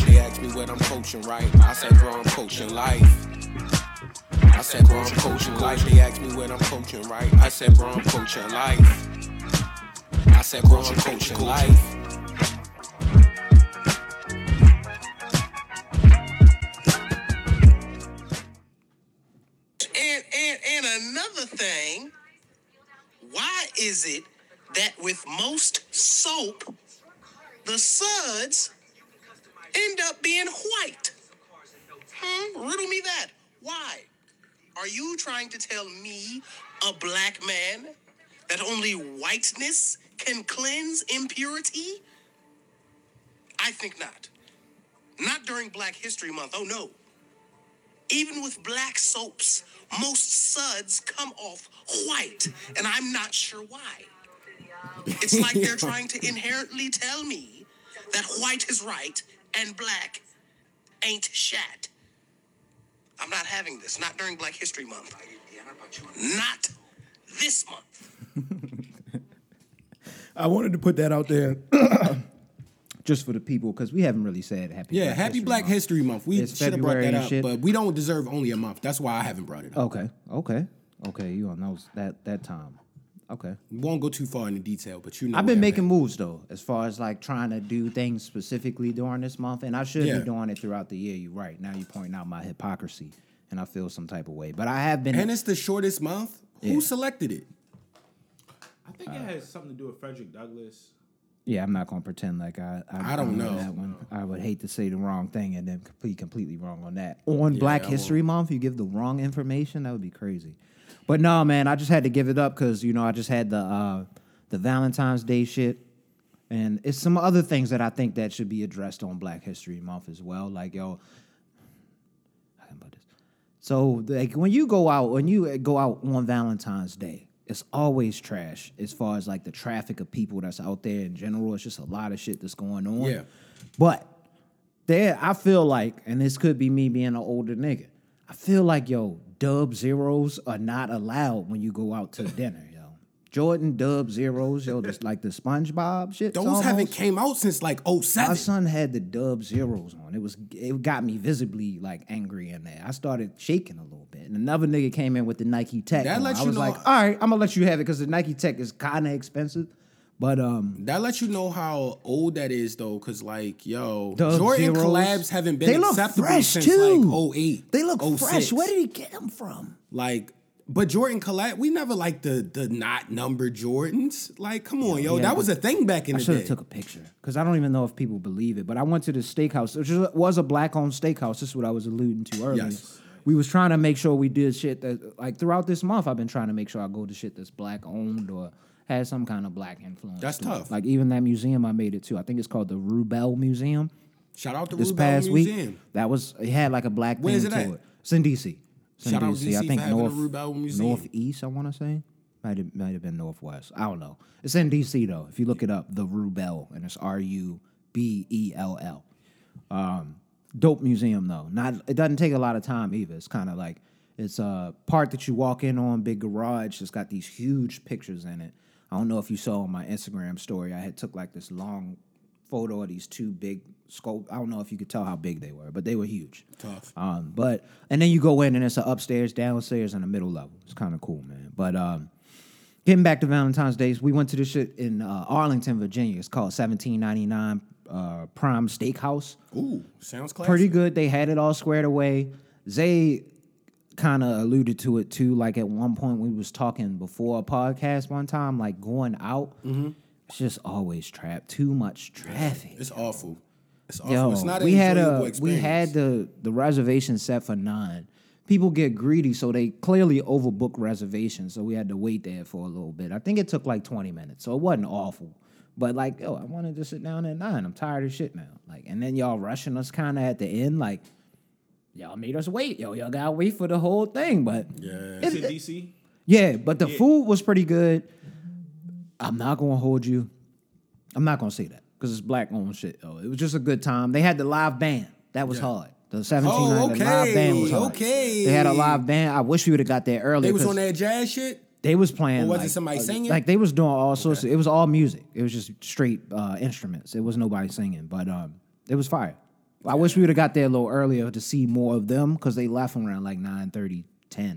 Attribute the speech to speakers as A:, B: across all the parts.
A: ask me what I'm coaching, right? I said, bro, I'm coaching life. I said, bro, I'm coaching life. They asked me what I'm coaching, right? I said, bro, I'm coaching life. I said, bro, I'm coaching life.
B: And and and another thing, why is it that with most soap, the suds end up being white? Hmm? Riddle me that. Why? Are you trying to tell me, a black man, that only whiteness can cleanse impurity? I think not. Not during Black History Month. Oh no. Even with black soaps, most suds come off white, and I'm not sure why. It's like they're
C: Yo.
B: trying to inherently tell me that white is right and black ain't shat. I'm not having this. Not during Black History Month. Not this month.
C: I wanted to put that out there just for the people because we haven't really said Happy
D: Yeah,
C: Black
D: happy
C: History
D: Black
C: Month.
D: History Month. We
C: It's
D: should have brought
C: February
D: that
C: and
D: up,
C: shit.
D: but we don't deserve only a month. That's why I haven't brought it up.
C: Okay, okay, okay. You on those that that time? Okay.
D: We won't go too far into detail, but you know,
C: I've
D: what
C: been
D: I'm
C: making
D: at.
C: moves though, as far as like trying to do things specifically during this month, and I should
D: Yeah.
C: be doing it throughout the year. You're right. Now you're pointing out my hypocrisy, and I feel some type of way. But I have been.
D: And it's the shortest month.
C: Yeah.
D: Who selected it?
E: I think it has something to do with Frederick Douglass.
C: Yeah, I'm not gonna pretend like I. I,
D: I don't know.
C: that one. I would hate to say the wrong thing and then be completely wrong on that. On Black
D: I won't.
C: History Month, you give the wrong information. That would be crazy. But no, man, I just had to give it up because you know I just had the uh, the Valentine's Day shit, and it's some other things that I think that should be addressed on Black History Month as well. Like yo, how can I put this? So like when you go out, when you uh, go out on Valentine's Day, it's always trash as far as like the traffic of people that's out there in general. It's just a lot of shit that's going on.
D: Yeah.
C: But there, I feel like, and this could be me being an older nigga, I feel like yo, dub zeros are not allowed when you go out to dinner, yo. Jordan dub zeros, yo, just like the SpongeBob shit.
D: Those
C: almost.
D: haven't came out since like
C: My
D: 07.
C: son had the dub zeros on. It was it got me visibly like angry in there. I started shaking a little bit. And another nigga came in with the Nike Tech.
D: That
C: on.
D: lets
C: I
D: you
C: was
D: know-
C: like, all right, I'm gonna let you have it because the Nike Tech is kind of expensive. But um,
D: That lets you know how old that is, though, because like, yo,
C: Dub
D: Jordan
C: Zeros,
D: collabs haven't been
C: they look
D: acceptable
C: fresh
D: since
C: too.
D: like 08.
C: they look
D: 06.
C: fresh. Where did he get them from?
D: Like, but Jordan collab, we never liked the the not numbered Jordans. Like, come on, yo,
C: yeah,
D: that
C: but
D: was a thing back in
C: I
D: the
C: should have
D: day.
C: took a picture because I don't even know if people believe it. But I went to this steakhouse, which is- was a black-owned steakhouse. This is what I was alluding to earlier.
D: Yes.
C: We was trying to make sure we did shit that, like, throughout this month, I've been trying to make sure I go to shit that's black-owned or has some kind of black influence.
D: That's
C: to it.
D: tough.
C: Like even that museum I made it to. I think it's called the Rubel Museum.
D: Shout out to
C: This
D: Rubel
C: past
D: Museum.
C: week, that was it had like a black
D: Where is
C: theme
D: it at?
C: to it. It's in DC. It's in
D: Shout out
C: DC. I
D: DC
C: think
D: for having a
C: north,
D: Rubel Museum.
C: northeast. I want to say might have might have been northwest. I don't know. It's in DC though. If you look it up, the Rubel, and it's R U B E L L. Um, dope museum though. Not it doesn't take a lot of time either. It's kind of like it's a part that you walk in on, big garage. It's got these huge pictures in it. I don't know if you saw on my Instagram story. I had took like this long photo of these two big sculpt. I don't know if you could tell how big they were, but they were huge.
D: Tough.
C: Um, but and then you go in and it's an upstairs, downstairs, and a middle level. It's kind of cool, man. But um, getting back to Valentine's Days, we went to this shit in uh, Arlington, Virginia. It's called 1799 uh, Prime Steakhouse
D: Ooh, sounds classy.
C: pretty good. They had it all squared away. Zay kind of alluded to it too. Like at one point we was talking before a podcast one time, like going out. It's just always trapped. Too much traffic.
D: It's awful. It's awful.
C: Yo,
D: it's not an
C: we had
D: enjoyable
C: a we
D: experience.
C: had the the reservation set for nine. People get greedy, so they clearly overbook reservations. So we had to wait there for a little bit. I think it took like twenty minutes, so it wasn't awful. But like, yo, I wanted to sit down at nine. I'm tired of shit now. Like, and then y'all rushing us kind of at the end, like y'all made us wait. Yo, y'all gotta wait for the whole thing. But
E: It's in DC.
C: yeah, but the food was pretty good. I'm not gonna hold you. I'm not gonna say that because it's black owned shit. Though it was just a good time. They had the live band. That was hard. The 1700
D: Oh,
C: the live band was
D: okay,
C: hard.
D: okay.
C: They had a live band. I wish we would have got there earlier.
D: They was
C: 'cause
D: on that jazz shit.
C: They was playing.
D: Or was it
C: like,
D: somebody
C: uh,
D: singing?
C: Like they was doing all sorts. Of, it was all music. It was just straight uh, instruments. It was nobody singing, but um, it was fire. I wish we would have got there a little earlier to see more of them because they left around like 9, 10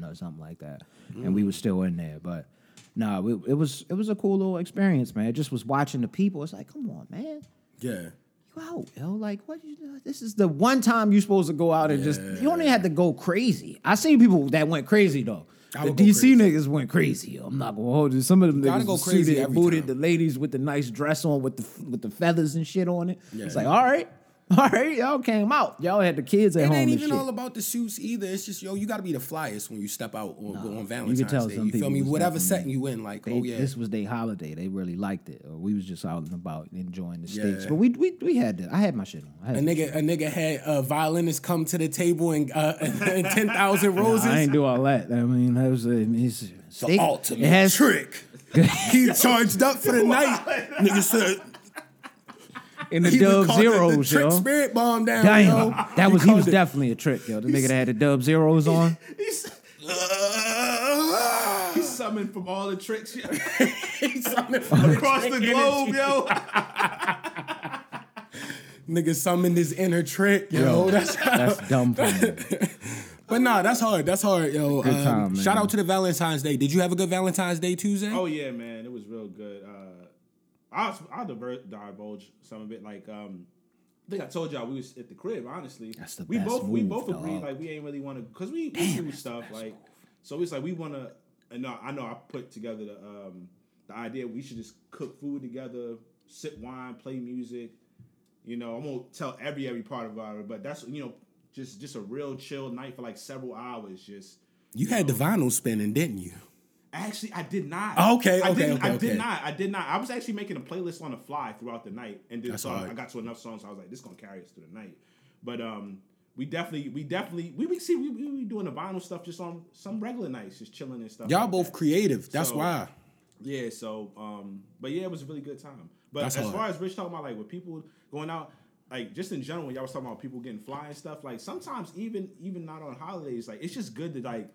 C: or something like that, and
D: Mm.
C: we were still in there. But no, it, it was it was a cool little experience, man. Just was watching the people. It's like, come on, man.
D: Yeah.
C: You out, yo. Like, what you do? This is the one time you supposed to go out and just you don't even have to go crazy. I seen people that went crazy though.
D: I
C: The
D: would go
C: DC
D: crazy.
C: niggas went crazy. yo. I'm not gonna hold you. Some of them
D: gotta
C: niggas
D: go
C: was
D: crazy
C: suited and
D: every
C: booted.
D: time.
C: The ladies with the nice dress on with the with the feathers and shit on it. It's
D: Yeah.
C: like, all right, all right, y'all came out. Y'all had the kids at
D: It
C: home
D: ain't
C: and
D: even
C: shit.
D: all about the suits either. It's just yo, you got to be the flyest when you step out or go on Valentine's
C: tell
D: Day.
C: some
D: You feel
C: people
D: me?
C: was
D: Whatever
C: definitely-
D: setting you in, like
C: They-
D: oh yeah,
C: This was their holiday. They really liked it. Or we was just out and about enjoying the states.
D: Yeah.
C: But we we we had to. I had my shit on. I had
D: a
C: my
D: nigga, a nigga had a violinist come to the table and, uh, and ten thousand roses.
C: I ain't do all that. I mean, that was a, it's,
D: the
C: steak-
D: ultimate
C: It has
D: trick. he charged up for the night. Nigga said
C: in the
D: he was
C: dub
D: called the- the,
C: zeros,
D: trick
C: yo.
D: spirit bomb down.
C: Damn,
D: yo.
C: that was he
D: called
C: was
D: it-
C: definitely a trick, yo. The nigga that had the dub zeros on.
E: He's summoned from all the tricks yo.
D: "Ah." He summoned from
E: across the globe, yo.
D: Nigga summoned his inner trick, yo. That's
C: That's dumb for me.
D: But nah, that's hard. That's hard, yo.
C: Good
D: Um,
C: time, man.
D: Shout out to the Valentine's Day. Did you have a good Valentine's Day Tuesday?
E: Oh yeah, man, it was real good. Uh, I'll I'll diver- divulge some of it. Like um, I think I told y'all we was at the crib. Honestly,
C: That's the
E: we
C: best
E: both we
C: move,
E: both
C: dog.
E: agreed like we ain't really want to because we, we do stuff like so it's like we want to. And no, I know I put together the um the idea we should just cook food together, sip wine, play music. You know, I won't tell every every part about it, but that's you know just just a real chill night for like several hours, just.
D: You had the vinyl spinning, didn't you?
E: Actually, I did not.
D: Oh, okay,
E: I
D: okay,
E: didn't,
D: okay,
E: I did
D: okay.
E: not. I did not. I was actually making a playlist on the fly throughout the night, and then
D: That's
E: so
D: all right.
E: I got to enough songs. I was like, this gonna carry us through the night. But um, we definitely, we definitely, we we see we we be doing the vinyl stuff just on some regular nights, just chilling and stuff.
D: Y'all
E: like
D: both
E: that.
D: creative. That's
E: So-
D: why.
E: Yeah, so um, but yeah, it was a really good time. But
D: That's
E: as
D: hard.
E: far as Rich talking about like with people going out, like just in general, when y'all was talking about people getting fly and stuff, like sometimes even even not on holidays, like it's just good to like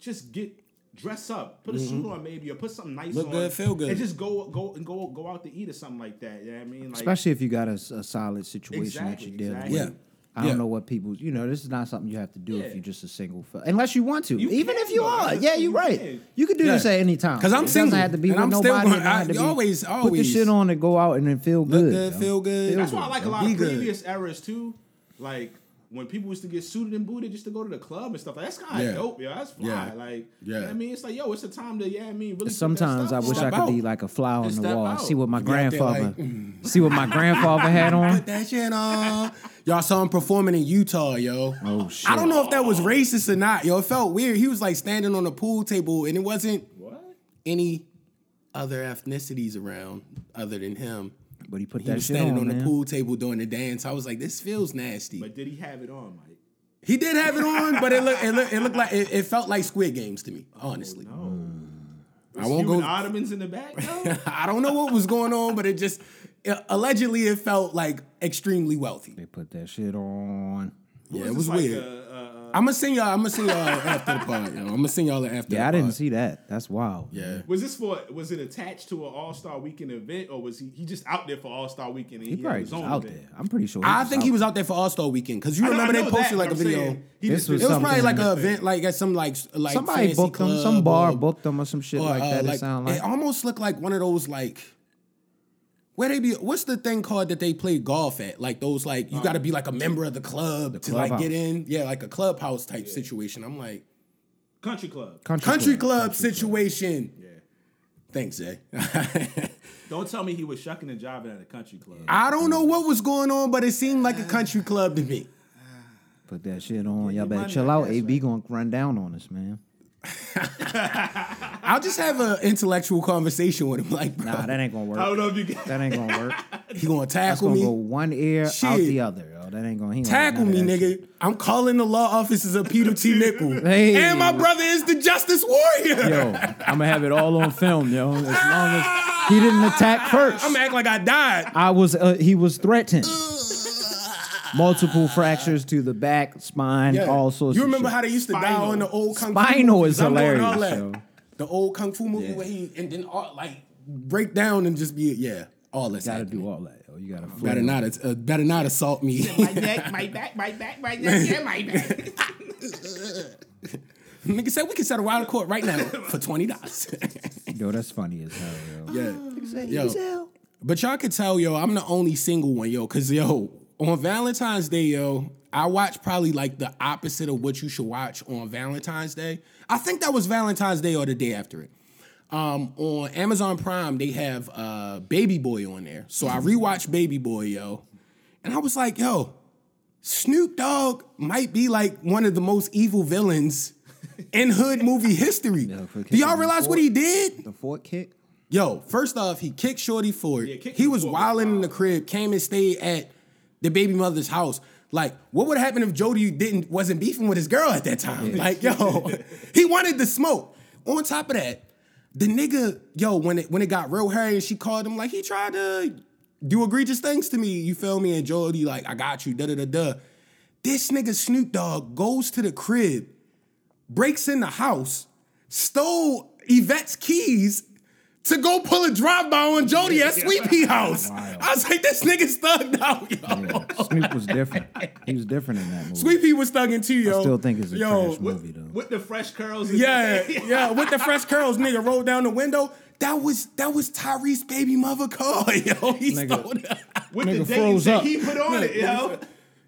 E: just get dress up, put a suit on maybe, or put something nice
D: Mm-hmm. Look
E: on,
D: good, feel good.
E: and just go go and go go out to eat or something like that. Yeah, you know what I mean, like,
C: Especially if you got a, s- a solid situation that
E: Exactly,
C: you're dealing
E: exactly.
C: with.
D: Yeah.
C: I don't
D: Yeah.
C: know what people, you know, this is not something you have to do if
E: Yeah.
C: you're just a single, fe- unless you want to.
E: You
C: Even
E: can,
C: if you
E: though.
C: are,
E: That's
C: yeah,
E: what
C: you're
E: you
C: right.
E: can.
C: You can do this
D: Yeah.
C: at any time.
D: 'Cause I'm
C: It doesn't
D: single,
C: have to be
D: and
C: with
D: I'm still
C: nobody.
D: gonna-
C: it don't have
D: I-
C: to be-
D: always,
C: put the
D: always.
C: shit on and go out and then feel
D: Look
C: good.
D: good,
C: yo.
D: feel good.
E: That's why I like a lot
D: Be
E: of
D: good.
E: previous eras too. Like when people used to get suited and booted just to go to the club and stuff. Like, that's kind of
D: Yeah.
E: dope, yo. That's fly.
D: Yeah.
E: Like,
D: Yeah.
E: you know what I mean, it's like, yo, it's a time to, yeah, I mean, really. put that
C: Sometimes I
E: stuff
C: wish
E: on.
C: I
D: Step
C: could be
D: out.
C: like a fly on
E: Just
C: the
E: step
C: wall.
E: out.
C: See what my
D: You be out there
C: grandfather,
D: like,
C: see what my grandfather had on.
D: Put that shit on. Y'all saw him performing in Utah, yo.
C: Oh shit!
D: I don't know if that was racist or not, yo. It felt weird. He was like standing on a pool table and it wasn't
E: What?
D: any other ethnicities around other than him.
C: But he put
D: He
C: that
D: was
C: shit
D: standing
C: on,
D: on,
C: man.
D: the pool table doing the dance. I was like, this feels nasty.
E: But did he have it on, Mike?
D: He did have it on, but it looked it looked it looked like it, it felt like Squid Games to me, honestly.
C: Oh,
D: I won't go.
E: Cuban Ottomans in the back, though?
D: I don't know what was going on, but it just it- allegedly it felt like extremely wealthy.
C: They put that shit on.
D: Yeah, it was
E: Like,
D: weird.
E: uh, uh,
D: I'm gonna send y'all. I'm gonna send y'all after the pod. I'm gonna send y'all after. the
C: Yeah, I didn't
D: pod.
C: see that. That's wild.
D: Yeah,
E: was this for, was it attached to an All Star Weekend event or was he, he just out there for All Star Weekend and
C: he,
E: he, had
C: probably
E: his
C: was
E: own
C: out
E: event?
C: there. I'm pretty sure.
D: I think he was out there for All Star Weekend because you
E: I know- I
D: remember
E: know
D: they posted
E: that,
D: like a
E: but I'm
D: video.
E: saying he
C: This
E: just
C: was
E: did
D: It was
E: something
D: probably like
E: in
D: a
E: the
D: event, like at some like s- like
C: somebody
D: fancy
C: booked him.
D: club
C: Some bar
D: or-
C: booked him or some shit
D: or,
C: like
D: uh,
C: that. it sound like.
D: it almost looked like one of those like where they be what's the thing called that they play golf at like those like you got to be like a member of the club to like get
C: clubhouse.
D: in yeah like a clubhouse type situation i'm like
E: Country Club.
D: country club situation
E: Yeah.
D: thanks eh? zay
E: Don't tell me he was shucking and jiving at a country club.
D: i don't know what was going on but it seemed like a country club to me
C: Put that shit on. Y'all better
E: money,
C: chill
E: I
C: out.
E: guess,
C: AB gonna run down on us, man.
D: i'll just have an intellectual conversation with him like bro
C: Nah, that ain't gonna
E: I don't
C: work.
E: know if you got
C: That ain't gonna work.
D: he gonna
C: That's
D: tackle
C: gonna
D: me
C: go one ear out
D: Shit.
C: the other. Yo. That ain't gonna. He ain't gonna
D: Tackle
C: do
D: me,
C: none of that
D: nigga. I'm calling the law offices of Peter T. Nickel.
C: Hey.
D: And my brother is the Justice Warrior.
C: shit. Yo, I'm gonna have it all on film, yo. As long as he didn't attack first,
D: I'm gonna act like I died.
C: I was. Uh, he was threatened. Multiple fractures to the back, spine,
D: Yeah.
C: all sorts.
D: You
C: of
D: remember
C: shit.
D: how they used to die
E: Spinal.
D: on the old Kung Fu
C: Spinal
D: movies?
C: is
D: I'm doing
C: hilarious,
D: all that.
C: yo.
D: The old Kung Fu movie
C: Yeah.
D: where he and then all, like break down and just be yeah, all that's
C: Gotta
D: happening.
C: do all that. yo. though. You got to
D: Better not, uh, better not assault me.
E: my back, my back, my back, my back, yeah, my back.
D: Nigga said we can settle out of court right now for twenty dollars.
C: Yo, that's funny as hell. Yo.
D: yeah, yo. But y'all can tell, yo, I'm the only single one, yo, because yo, on Valentine's Day, yo, I watch probably like the opposite of what you should watch on Valentine's Day. I think that was Valentine's Day or the day after it. Um, on Amazon Prime, they have uh, Baby Boy on there, so I rewatched Baby Boy, yo, and I was like, yo, Snoop Dogg might be like one of the most evil villains in hood movie
C: for
D: history. Do y'all
C: kicking
D: realize what he did?
C: The fork kick.
D: Yo, first off, he kicked Shorty Ford.
E: Yeah, kicked
D: he
E: him
D: was
E: for it.
D: wilding in the crib, came and stayed at the baby mother's house. Like, what would happen if Jody didn't wasn't beefing with his girl at that time? Like, yo, he wanted the smoke. On top of that, the nigga, yo, when it when it got real hairy and she called him, like, he tried to do egregious things to me. You feel me? And Jody, like, I got you, da da da da. This nigga Snoop Dogg goes to the crib, breaks in the house, stole Yvette's keys to go pull a drive by on Jody at Sweepy House. I was like, this nigga's thugged out, yo.
C: Yeah. Snoop was different. He was different in that movie.
D: Sweepy was thugging too, yo.
C: I still think it's a trash
D: what-
C: movie though.
E: With the fresh curls. and-
D: Yeah, yeah. With the fresh curls, nigga rolled down the window. That was that was Tyrese baby mother car, yo. He
C: Nigga.
D: stole that.
E: With
C: Nigga
E: the
C: froze
E: days that
C: up.
E: he put on it, yo.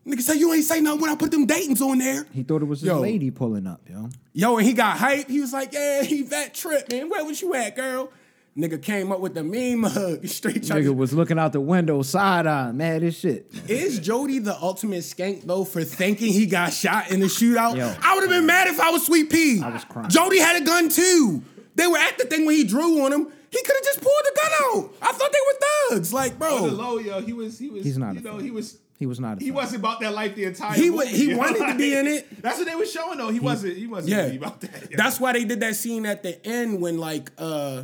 D: Nigga said you ain't say nothing when I put them Dayton's on there.
C: He thought it was his
D: Yo.
C: lady pulling up, yo.
D: Yo, and he got hype. He was like, yeah, he that trip, man. Where was you at, girl? Nigga came up with the meme hug straight
C: Nigga
D: to
C: was looking out the window, side eye, mad as shit.
D: Is Jody the ultimate skank though for thinking he got shot in the shootout?
C: Yo.
D: I would have been mad if I was Sweet Pea.
C: I was crying.
D: Jody had a gun too. They were at the thing when he drew on him. He could have just pulled the gun out. I thought they were thugs. Like,
E: On the
D: bro,
E: low, yo, he was, he was,
C: He's not
E: you
C: a
E: know,
C: thug.
E: he was,
C: He was not. A
E: he wasn't about that life the entire.
D: He wa-
E: movie,
D: he
E: yo.
D: wanted to be in it.
E: That's what they were showing though. He, wasn't, he wasn't
D: yeah.
E: really about that. yo.
D: That's why they did that scene at the end when like uh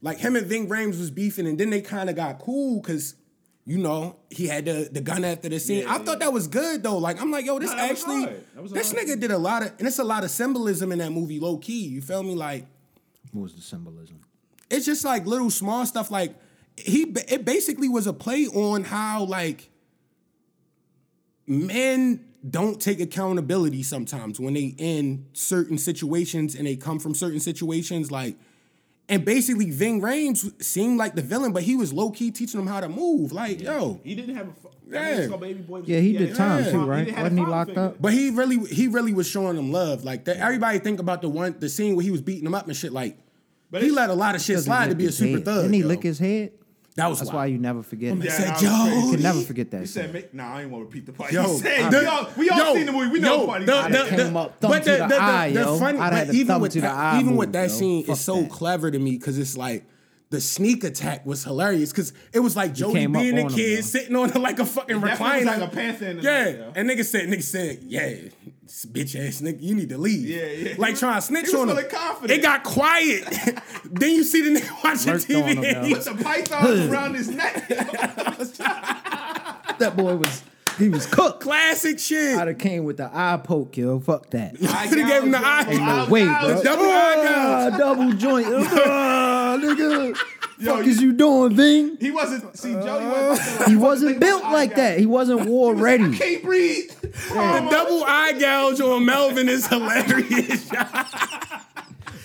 D: like him and Ving Rhames was beefing and then they kind of got cool because you know he had the, the gun after the scene.
E: Yeah,
D: I thought that was good though. Like I'm like yo, this
E: No, that was
D: actually
E: hard. That was
D: this
E: hard.
D: nigga did a lot of and it's a lot of symbolism in that movie low key. You feel me? Like
C: What was the symbolism?
D: it's just like little small stuff like he ba- it basically was a play on how like men don't take accountability sometimes when they in certain situations and they come from certain situations like and basically Ving Rhames seemed like the villain but he was low key teaching them how to move like yo
E: He didn't have a. fu- I mean,
D: Yeah.
E: this little baby boy was-
C: Yeah, he
E: had
C: did
E: a
C: time
E: father-
C: too, right?
E: didn't have a
C: Wasn't he
E: father
C: locked
E: figure.
C: up?
D: But he really, he really was showing them love. Like that, everybody think about the one, the scene where he was beating them up and shit. Like,
E: But
D: he
E: it's-
D: let a lot of shit slide to be a super
C: head.
D: thug.
C: Didn't he
D: yo.
C: lick his head?
D: That was
C: That's
D: wild.
C: why you never forget it.
D: I
E: Yeah,
D: said,
E: I was
D: yo,
E: crazy.
C: You can never
D: these-
C: forget that.
E: He
C: shit.
E: said, "Make- "Nah, I ain't want to repeat the part."
D: Yo,
E: he said,
D: the-
E: yo, we all
D: yo,
E: seen the movie. We know
D: yo,
E: the part. he
D: the-
E: said.
D: the-
C: I'd've came up, thumb
D: but
C: to
D: the-
C: the
D: the- the-
C: eye,
D: the
C: yo.
D: funny-
C: I'd
D: but
C: had to
D: even
C: thumb
D: with
C: to the
D: that-
C: eye
D: even
C: move,
D: with that
C: yo.
D: scene,
C: Fuck
D: it's so
C: that.
D: clever to me because it's like the sneak attack was hilarious because it was like Jody
C: came up
D: being
C: on
D: a
C: him,
D: kid
C: yo.
D: sitting on like a fucking
E: definitely
D: recliner,
E: was like a panther in the
D: yeah,
E: night, yo.
D: and nigga said, nigga said, yeah. this Bitch ass nigga, you need to leave.
E: Yeah, yeah. He
D: Like
E: was-
D: trying to snitch
E: he was
D: on him.
E: feeling confident.
D: It got quiet. then you see the nigga watching
C: Lurked on
D: TV.
C: him,
D: and
C: yo.
D: he
E: Put the pythons around his neck.
C: that boy was he was cooked.
D: Classic shit.
C: I'd have came with the eye poke, yo. Fuck that.
E: I
D: Coulda gave him the eye.
C: Ain't no way, bro.
D: double eye
C: Ah, double joint. Ah, nigga.
E: Yo,
C: fuck
E: you-
C: is you doing, Ving?
E: He wasn't. See, Jody wasn't.
C: He wasn't built like that. He wasn't war ready.
E: Can't breathe.
D: The double eye gouge on Melvin is hilarious.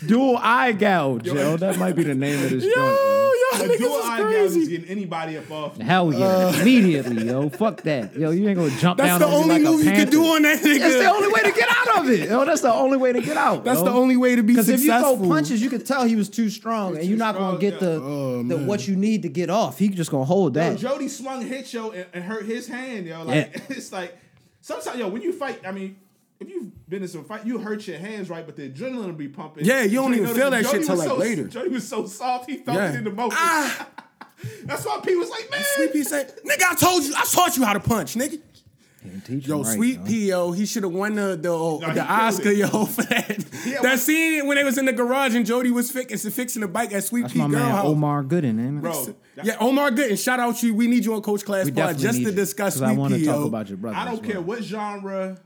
C: Dual eye gouge, yo. That might be the name of this joint. Yo.
D: y'all
E: A dual eye gouge is getting anybody up off.
C: Hell yeah! Immediately, yo. Fuck that, yo. You ain't gonna jump
D: Uh.
C: down.
D: That's the
C: and be
D: only
C: like a
D: move you can
C: panther.
D: do on that nigga.
C: That's the only way to get out of it. Yo, that's the only way to get out.
D: That's
C: yo.
D: the only way to be
C: Because if you
D: successful.
C: throw punches, you can tell he was too strong, and
E: too
C: you're not gonna
E: strong,
C: get
E: yeah.
C: the,
D: Oh,
C: the what you need to get off. He just gonna hold
E: Yo,
C: that.
E: Jody swung hit yo and, and hurt his hand, yo. Like
C: Yeah.
E: it's like sometimes yo when you fight, I mean. If you've been in some fight, you hurt your hands, right? But the adrenaline will be pumping.
D: Yeah, you don't
E: Jody
D: even
E: noticed-
D: feel that
E: Jody
D: shit till,
E: was
D: like,
E: so-
D: later.
E: Jody was so soft, he felt
D: Yeah.
E: it in the moment.
D: Ah.
E: That's why P was like, man.
D: Sweet P said, "Nigga, I told you, I taught you how to punch, nigga."
C: Can't teach him
D: Yo,
C: right,
D: Sweet
C: yo.
D: P, yo, he should have won the the, the
E: he killed
D: Oscar,
E: it.
D: yo, for that.
E: Yeah,
D: that
E: what-
D: scene when they was in the garage and Jody was fixing fixing the bike at Sweet
C: That's
D: P
C: my
D: girl
C: man
D: house.
C: Omar Gooden, ain't it?
E: Bro,
D: Yeah, Omar Gooden, shout out you. We need you on Coach Class
C: we
D: Pod
C: definitely
D: just
C: need
D: to
C: you,
D: discuss
C: 'cause
D: Sweet
C: I want
D: P, E
C: to talk
D: yo.
C: about your brother.
E: I
C: as
E: don't care
C: well.
E: what genre,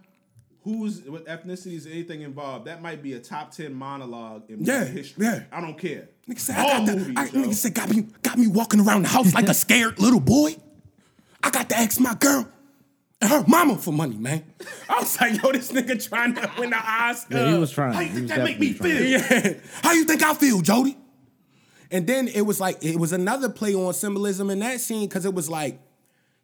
E: who's what ethnicities, anything involved. That might be a top ten monologue in
D: Yeah,
E: movie history.
D: yeah.
E: I don't care.
D: Nigga said,
E: All
D: I got the-
E: movies,
D: I-
E: yo.
D: nigga said, got me, got me walking around the house like a scared little boy. I got to ask my girl and her mama for money, man. I was like, yo, this nigga trying to win the Oscar.
C: Yeah, he was trying.
E: How you
C: He
E: think
C: was
E: that make me
C: definitely
E: feel?
D: Yeah. How you think I feel, Jody? And then it was like it was another play on symbolism in that scene because it was like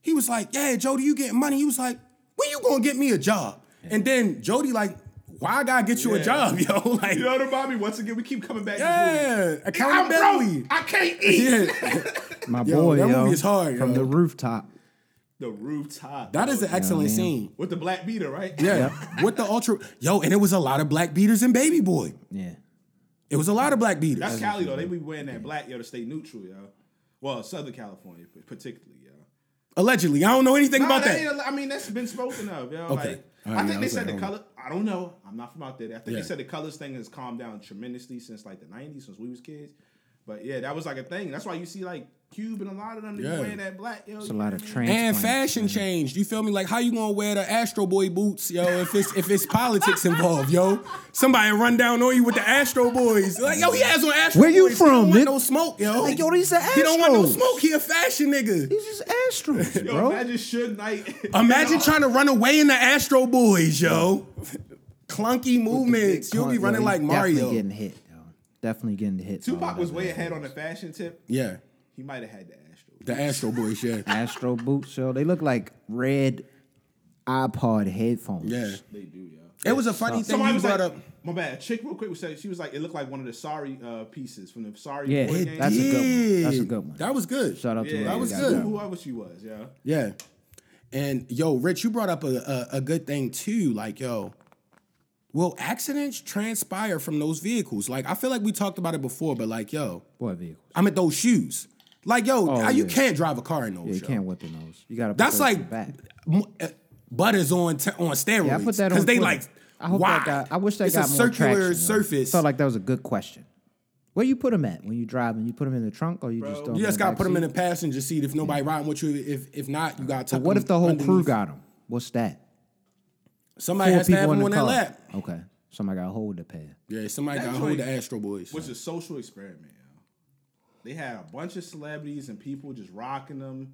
D: he was like, "Yeah, Jody, you getting money?" He was like, "When you gonna get me a job?" And then Jody like, "Why I gotta get you a
E: Yeah.
D: job, yo?" Like,
E: You know what, Bobby? Once again, we keep coming back. to this
D: yeah,
E: movie. I'm
D: accountability.
E: broke. I can't eat.
D: Yeah,
C: My
D: Yo,
C: boy,
D: that
C: yo,
D: movie is hard,
C: From
D: yo.
C: the rooftop.
E: The rooftop.
D: that is an excellent
C: man.
D: scene.
E: with the black beater, right?
D: Yeah, with the ultra, yo, and it was a lot of black beaters and Baby Boy.
C: Yeah.
D: It was a lot of black beaters.
E: That's Cali though. They be wearing that black yo to stay neutral, yo. Well, Southern California particularly, yo.
D: Allegedly, I don't know anything
E: Nah,
D: about that.
E: ain't a- I mean, that's been spoken of, yo.
D: Okay. All
E: Like,
D: right,
E: I
D: yeah,
E: think
D: I
E: they
D: was
E: said
D: like,
E: the
D: hold
E: color. I don't know. I'm not from out there. I think
D: Yeah.
E: they said the colors thing has calmed down tremendously since like the '90s, since we was kids. But yeah, that was like a thing. That's why you see like Cube and a lot of them they
D: Yeah.
E: wearing that black. Yo,
C: It's a lot of
D: And
C: transplants.
D: fashion changed. You feel me? Like how you gonna wear the Astro Boy boots, yo? If it's if it's politics involved, yo. Somebody run down on you with the Astro Boys. Like yo, he has on Astro.
C: Where you
D: Boys. He
C: from,
D: don't want
C: nigga?
D: no smoke, yo.
C: Like, yo, these are
D: He don't want no
C: Astros.
D: smoke. He a fashion nigga.
C: He's just Astros,
E: Yo,
C: bro.
E: imagine Suge Knight.
D: Imagine trying to run away in the Astro Boys, yo. Clunky movements. You'll be
C: Yo,
D: running
C: he
D: like
C: Definitely
D: Mario.
C: getting hit. Yo. Definitely getting hit. though,
D: Oh,
E: Tupac was
C: whatever
E: way
C: that
E: ahead
C: is.
E: on the fashion tip.
D: Yeah,
E: He might have had the Astro.
D: the Astro Boys. Yeah,
C: Astro boots, yo. They look like red iPod headphones.
D: yeah.
E: They do, yo.
D: It was a funny thing
E: Somebody
D: you
E: was
D: brought
E: like,
D: up.
E: my bad. Chick, real quick, was said she was like, it looked like one of the sorry uh, pieces from the sorry.
C: Yeah,
E: board
C: it
E: game.
C: That's a good one. That's a
D: Yeah.
C: good one.
D: That was good.
C: Shout out to
E: yeah,
C: whoever
E: that was
C: got
E: good.
C: that.
E: Whoever she was, yeah.
D: Yeah. And yo, Rich, you brought up a, a, a good thing too. Like, yo, will accidents transpire from those vehicles? Like, I feel like we talked about it before, but like, yo,
C: Boy, vehicles.
D: I'm at those shoes. Like, yo, how you
C: Oh, yeah.
D: can't drive a car in those.
C: Yeah, you
D: yo.
C: can't whip the nose. You gotta. Put
D: That's
C: those
D: like
C: in the back.
D: m- uh, butters on t- on steroids.
C: Yeah, I put that on.
D: because they
C: Twitter.
D: like.
C: I hope
D: why?
C: that got. I wish that
D: it's
C: got
D: a
C: more
D: circular
C: traction, yo.
D: surface.
C: Felt like that was a good question. Where you put them at when you driving? You put them in the trunk or you just don't?
D: you just gotta put them in the
C: backseat?
D: passenger seat if nobody riding with you. If if not, you gotta. tuck
C: What
D: 'em
C: if the whole crew
D: underneath.
C: got them? What's that?
D: Somebody has to have them on their lap.
C: Okay, somebody got to hold the pad.
D: Yeah, somebody got to
E: joint
D: hold the Astro Boys.
E: Which is a social experiment, yo. They had a bunch of celebrities and people just rocking them,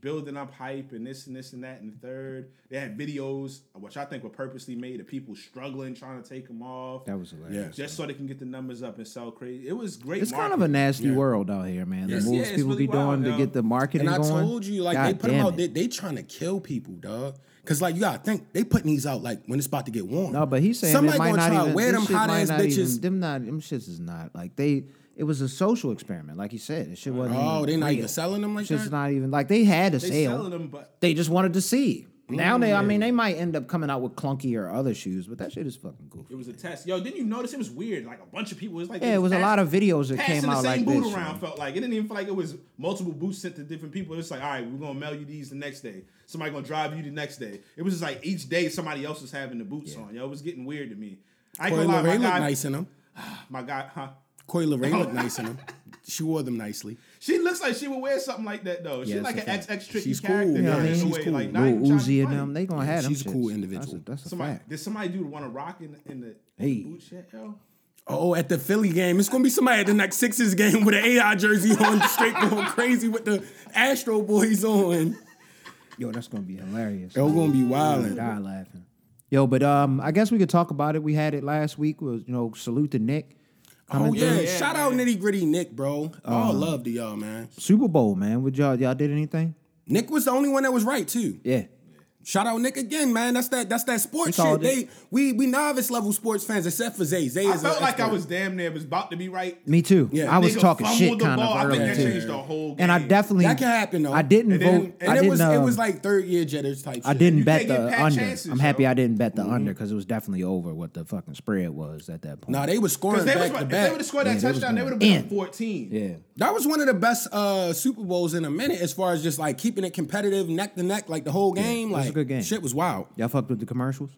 E: building up hype and this and this and that and the third. They had videos, which I think were purposely made of people struggling trying to take them off.
C: That was hilarious.
E: just so they can get the numbers up and sell crazy. It was great.
C: It's kind of a
E: marketing.
C: nasty world out here, man. The
D: Yeah.
E: Yeah,
C: moves
E: it's
C: people
E: really
C: be doing
E: wild,
C: to
E: yo.
C: get the marketing
D: And I
C: going.
D: told you, like they
C: God
D: put them
C: damn
D: out,
C: it.
D: they, they trying to kill people, dog. Cause like you gotta think, they putting these out like when it's about to get warm.
C: No, but he's saying
D: somebody
C: it might
D: gonna
C: not
D: try
C: even.
D: to wear
C: this
D: them
C: shit
D: hot
C: might
D: ass
C: not
D: bitches.
C: Even, them not them shits is not like they. It was a social experiment, like you said. It shit wasn't.
D: oh, they not
C: real.
D: even selling them like
C: Shit's
D: that.
C: not even like they had a
E: They
C: sale.
E: selling them, but
C: They just wanted to see. Now they, I mean, they might end up coming out with clunky or other shoes, but that shit is fucking goofy.
E: It was a test. Yo, didn't you notice it was weird? Like a bunch of people. It was like they
C: Yeah, it was a
E: pass-
C: lot of videos that
E: passing
C: came out
E: the
C: like
E: same
C: this.
E: boot around.
C: yo.
E: Felt like it didn't even feel like it was multiple boots sent to different people. It was like, all right, we're gonna mail you these the next day. Somebody gonna drive you the next day. It was just like each day somebody else was having the boots on. Yo, it was getting weird to me. I ain't
D: Corey
E: gonna lie, my
D: LeRae
E: guy,
D: looked nice in them.
E: my guy, huh?
D: Corey LeRae looked nice in them. She wore them nicely.
E: She looks like she would wear something like that though.
C: Yeah,
E: She's like
C: it's
E: an
C: a fact.
E: XX tricky
D: She's cool,
E: character.
D: you know what I
E: kind of
D: mean?
E: in a
D: She's
E: way,
D: cool.
E: Like, not
C: Lil
E: even trying to be
C: Uzi and
E: funny.
C: them, they gonna have them.
D: she's a cool
C: shits.
D: individual.
C: That's a, that's a
E: Somebody,
C: fact.
E: did somebody do want to rock in, in the
C: Hey.
E: boot shit, yo?
D: Oh, at the Philly game, it's gonna be somebody at the next Sixers game with an AI jersey on, straight going crazy with the Astro Boys on.
C: Yo, that's gonna be hilarious.
D: They're gonna be
C: gonna
D: wildin'.
C: die laughing. Yo, but um, I guess we could talk about it. We had it last week. Was you know, salute to Nick.
D: Oh
C: coming
D: yeah,
C: through.
D: shout out Nitty Gritty Nick, bro. All love to y'all, man.
C: Super Bowl, man. Would y'all y'all did anything?
D: Nick was the only one that was right too.
C: Yeah.
D: Shout out Nick again, man. That's that. That's that sports shit.
C: called
D: They
C: it.
D: we we novice level sports fans, except for Zay. Zay
E: I
D: is a
E: felt like I
D: expert.
E: was damn near was about to be right.
C: Me too.
D: Yeah.
C: I was
E: Nigga
C: talking
E: fumbled
C: shit
E: the
C: kind
E: ball.
C: of
E: I
C: early
E: think that
C: too.
E: changed the whole
C: And I
E: game.
C: definitely
D: That can happen, though.
C: I didn't
E: And
C: vote.
E: then- and
C: I
D: And it
C: didn't.
D: was it
C: um,
D: was like third year jitters type. Shit.
C: I didn't bet
E: can't get
C: the
E: Pat
C: under.
E: chances,
C: I'm happy
E: yo.
C: I didn't bet the under because it was definitely over what the fucking spread was at that point.
D: Nah, they were scoring
E: Because they was,
D: back to
E: if they would
D: back.
E: have scored that
C: Yeah, they was
E: touchdown, they would
C: going
E: have been
C: in.
E: up 14.
C: yeah.
D: That was one of the best uh, Super Bowls in a minute, as far as just like keeping it competitive, neck to neck, like the whole game.
C: was a
D: like
C: good game.
D: shit was wild. Eh,
C: Y'all fucked with the commercials?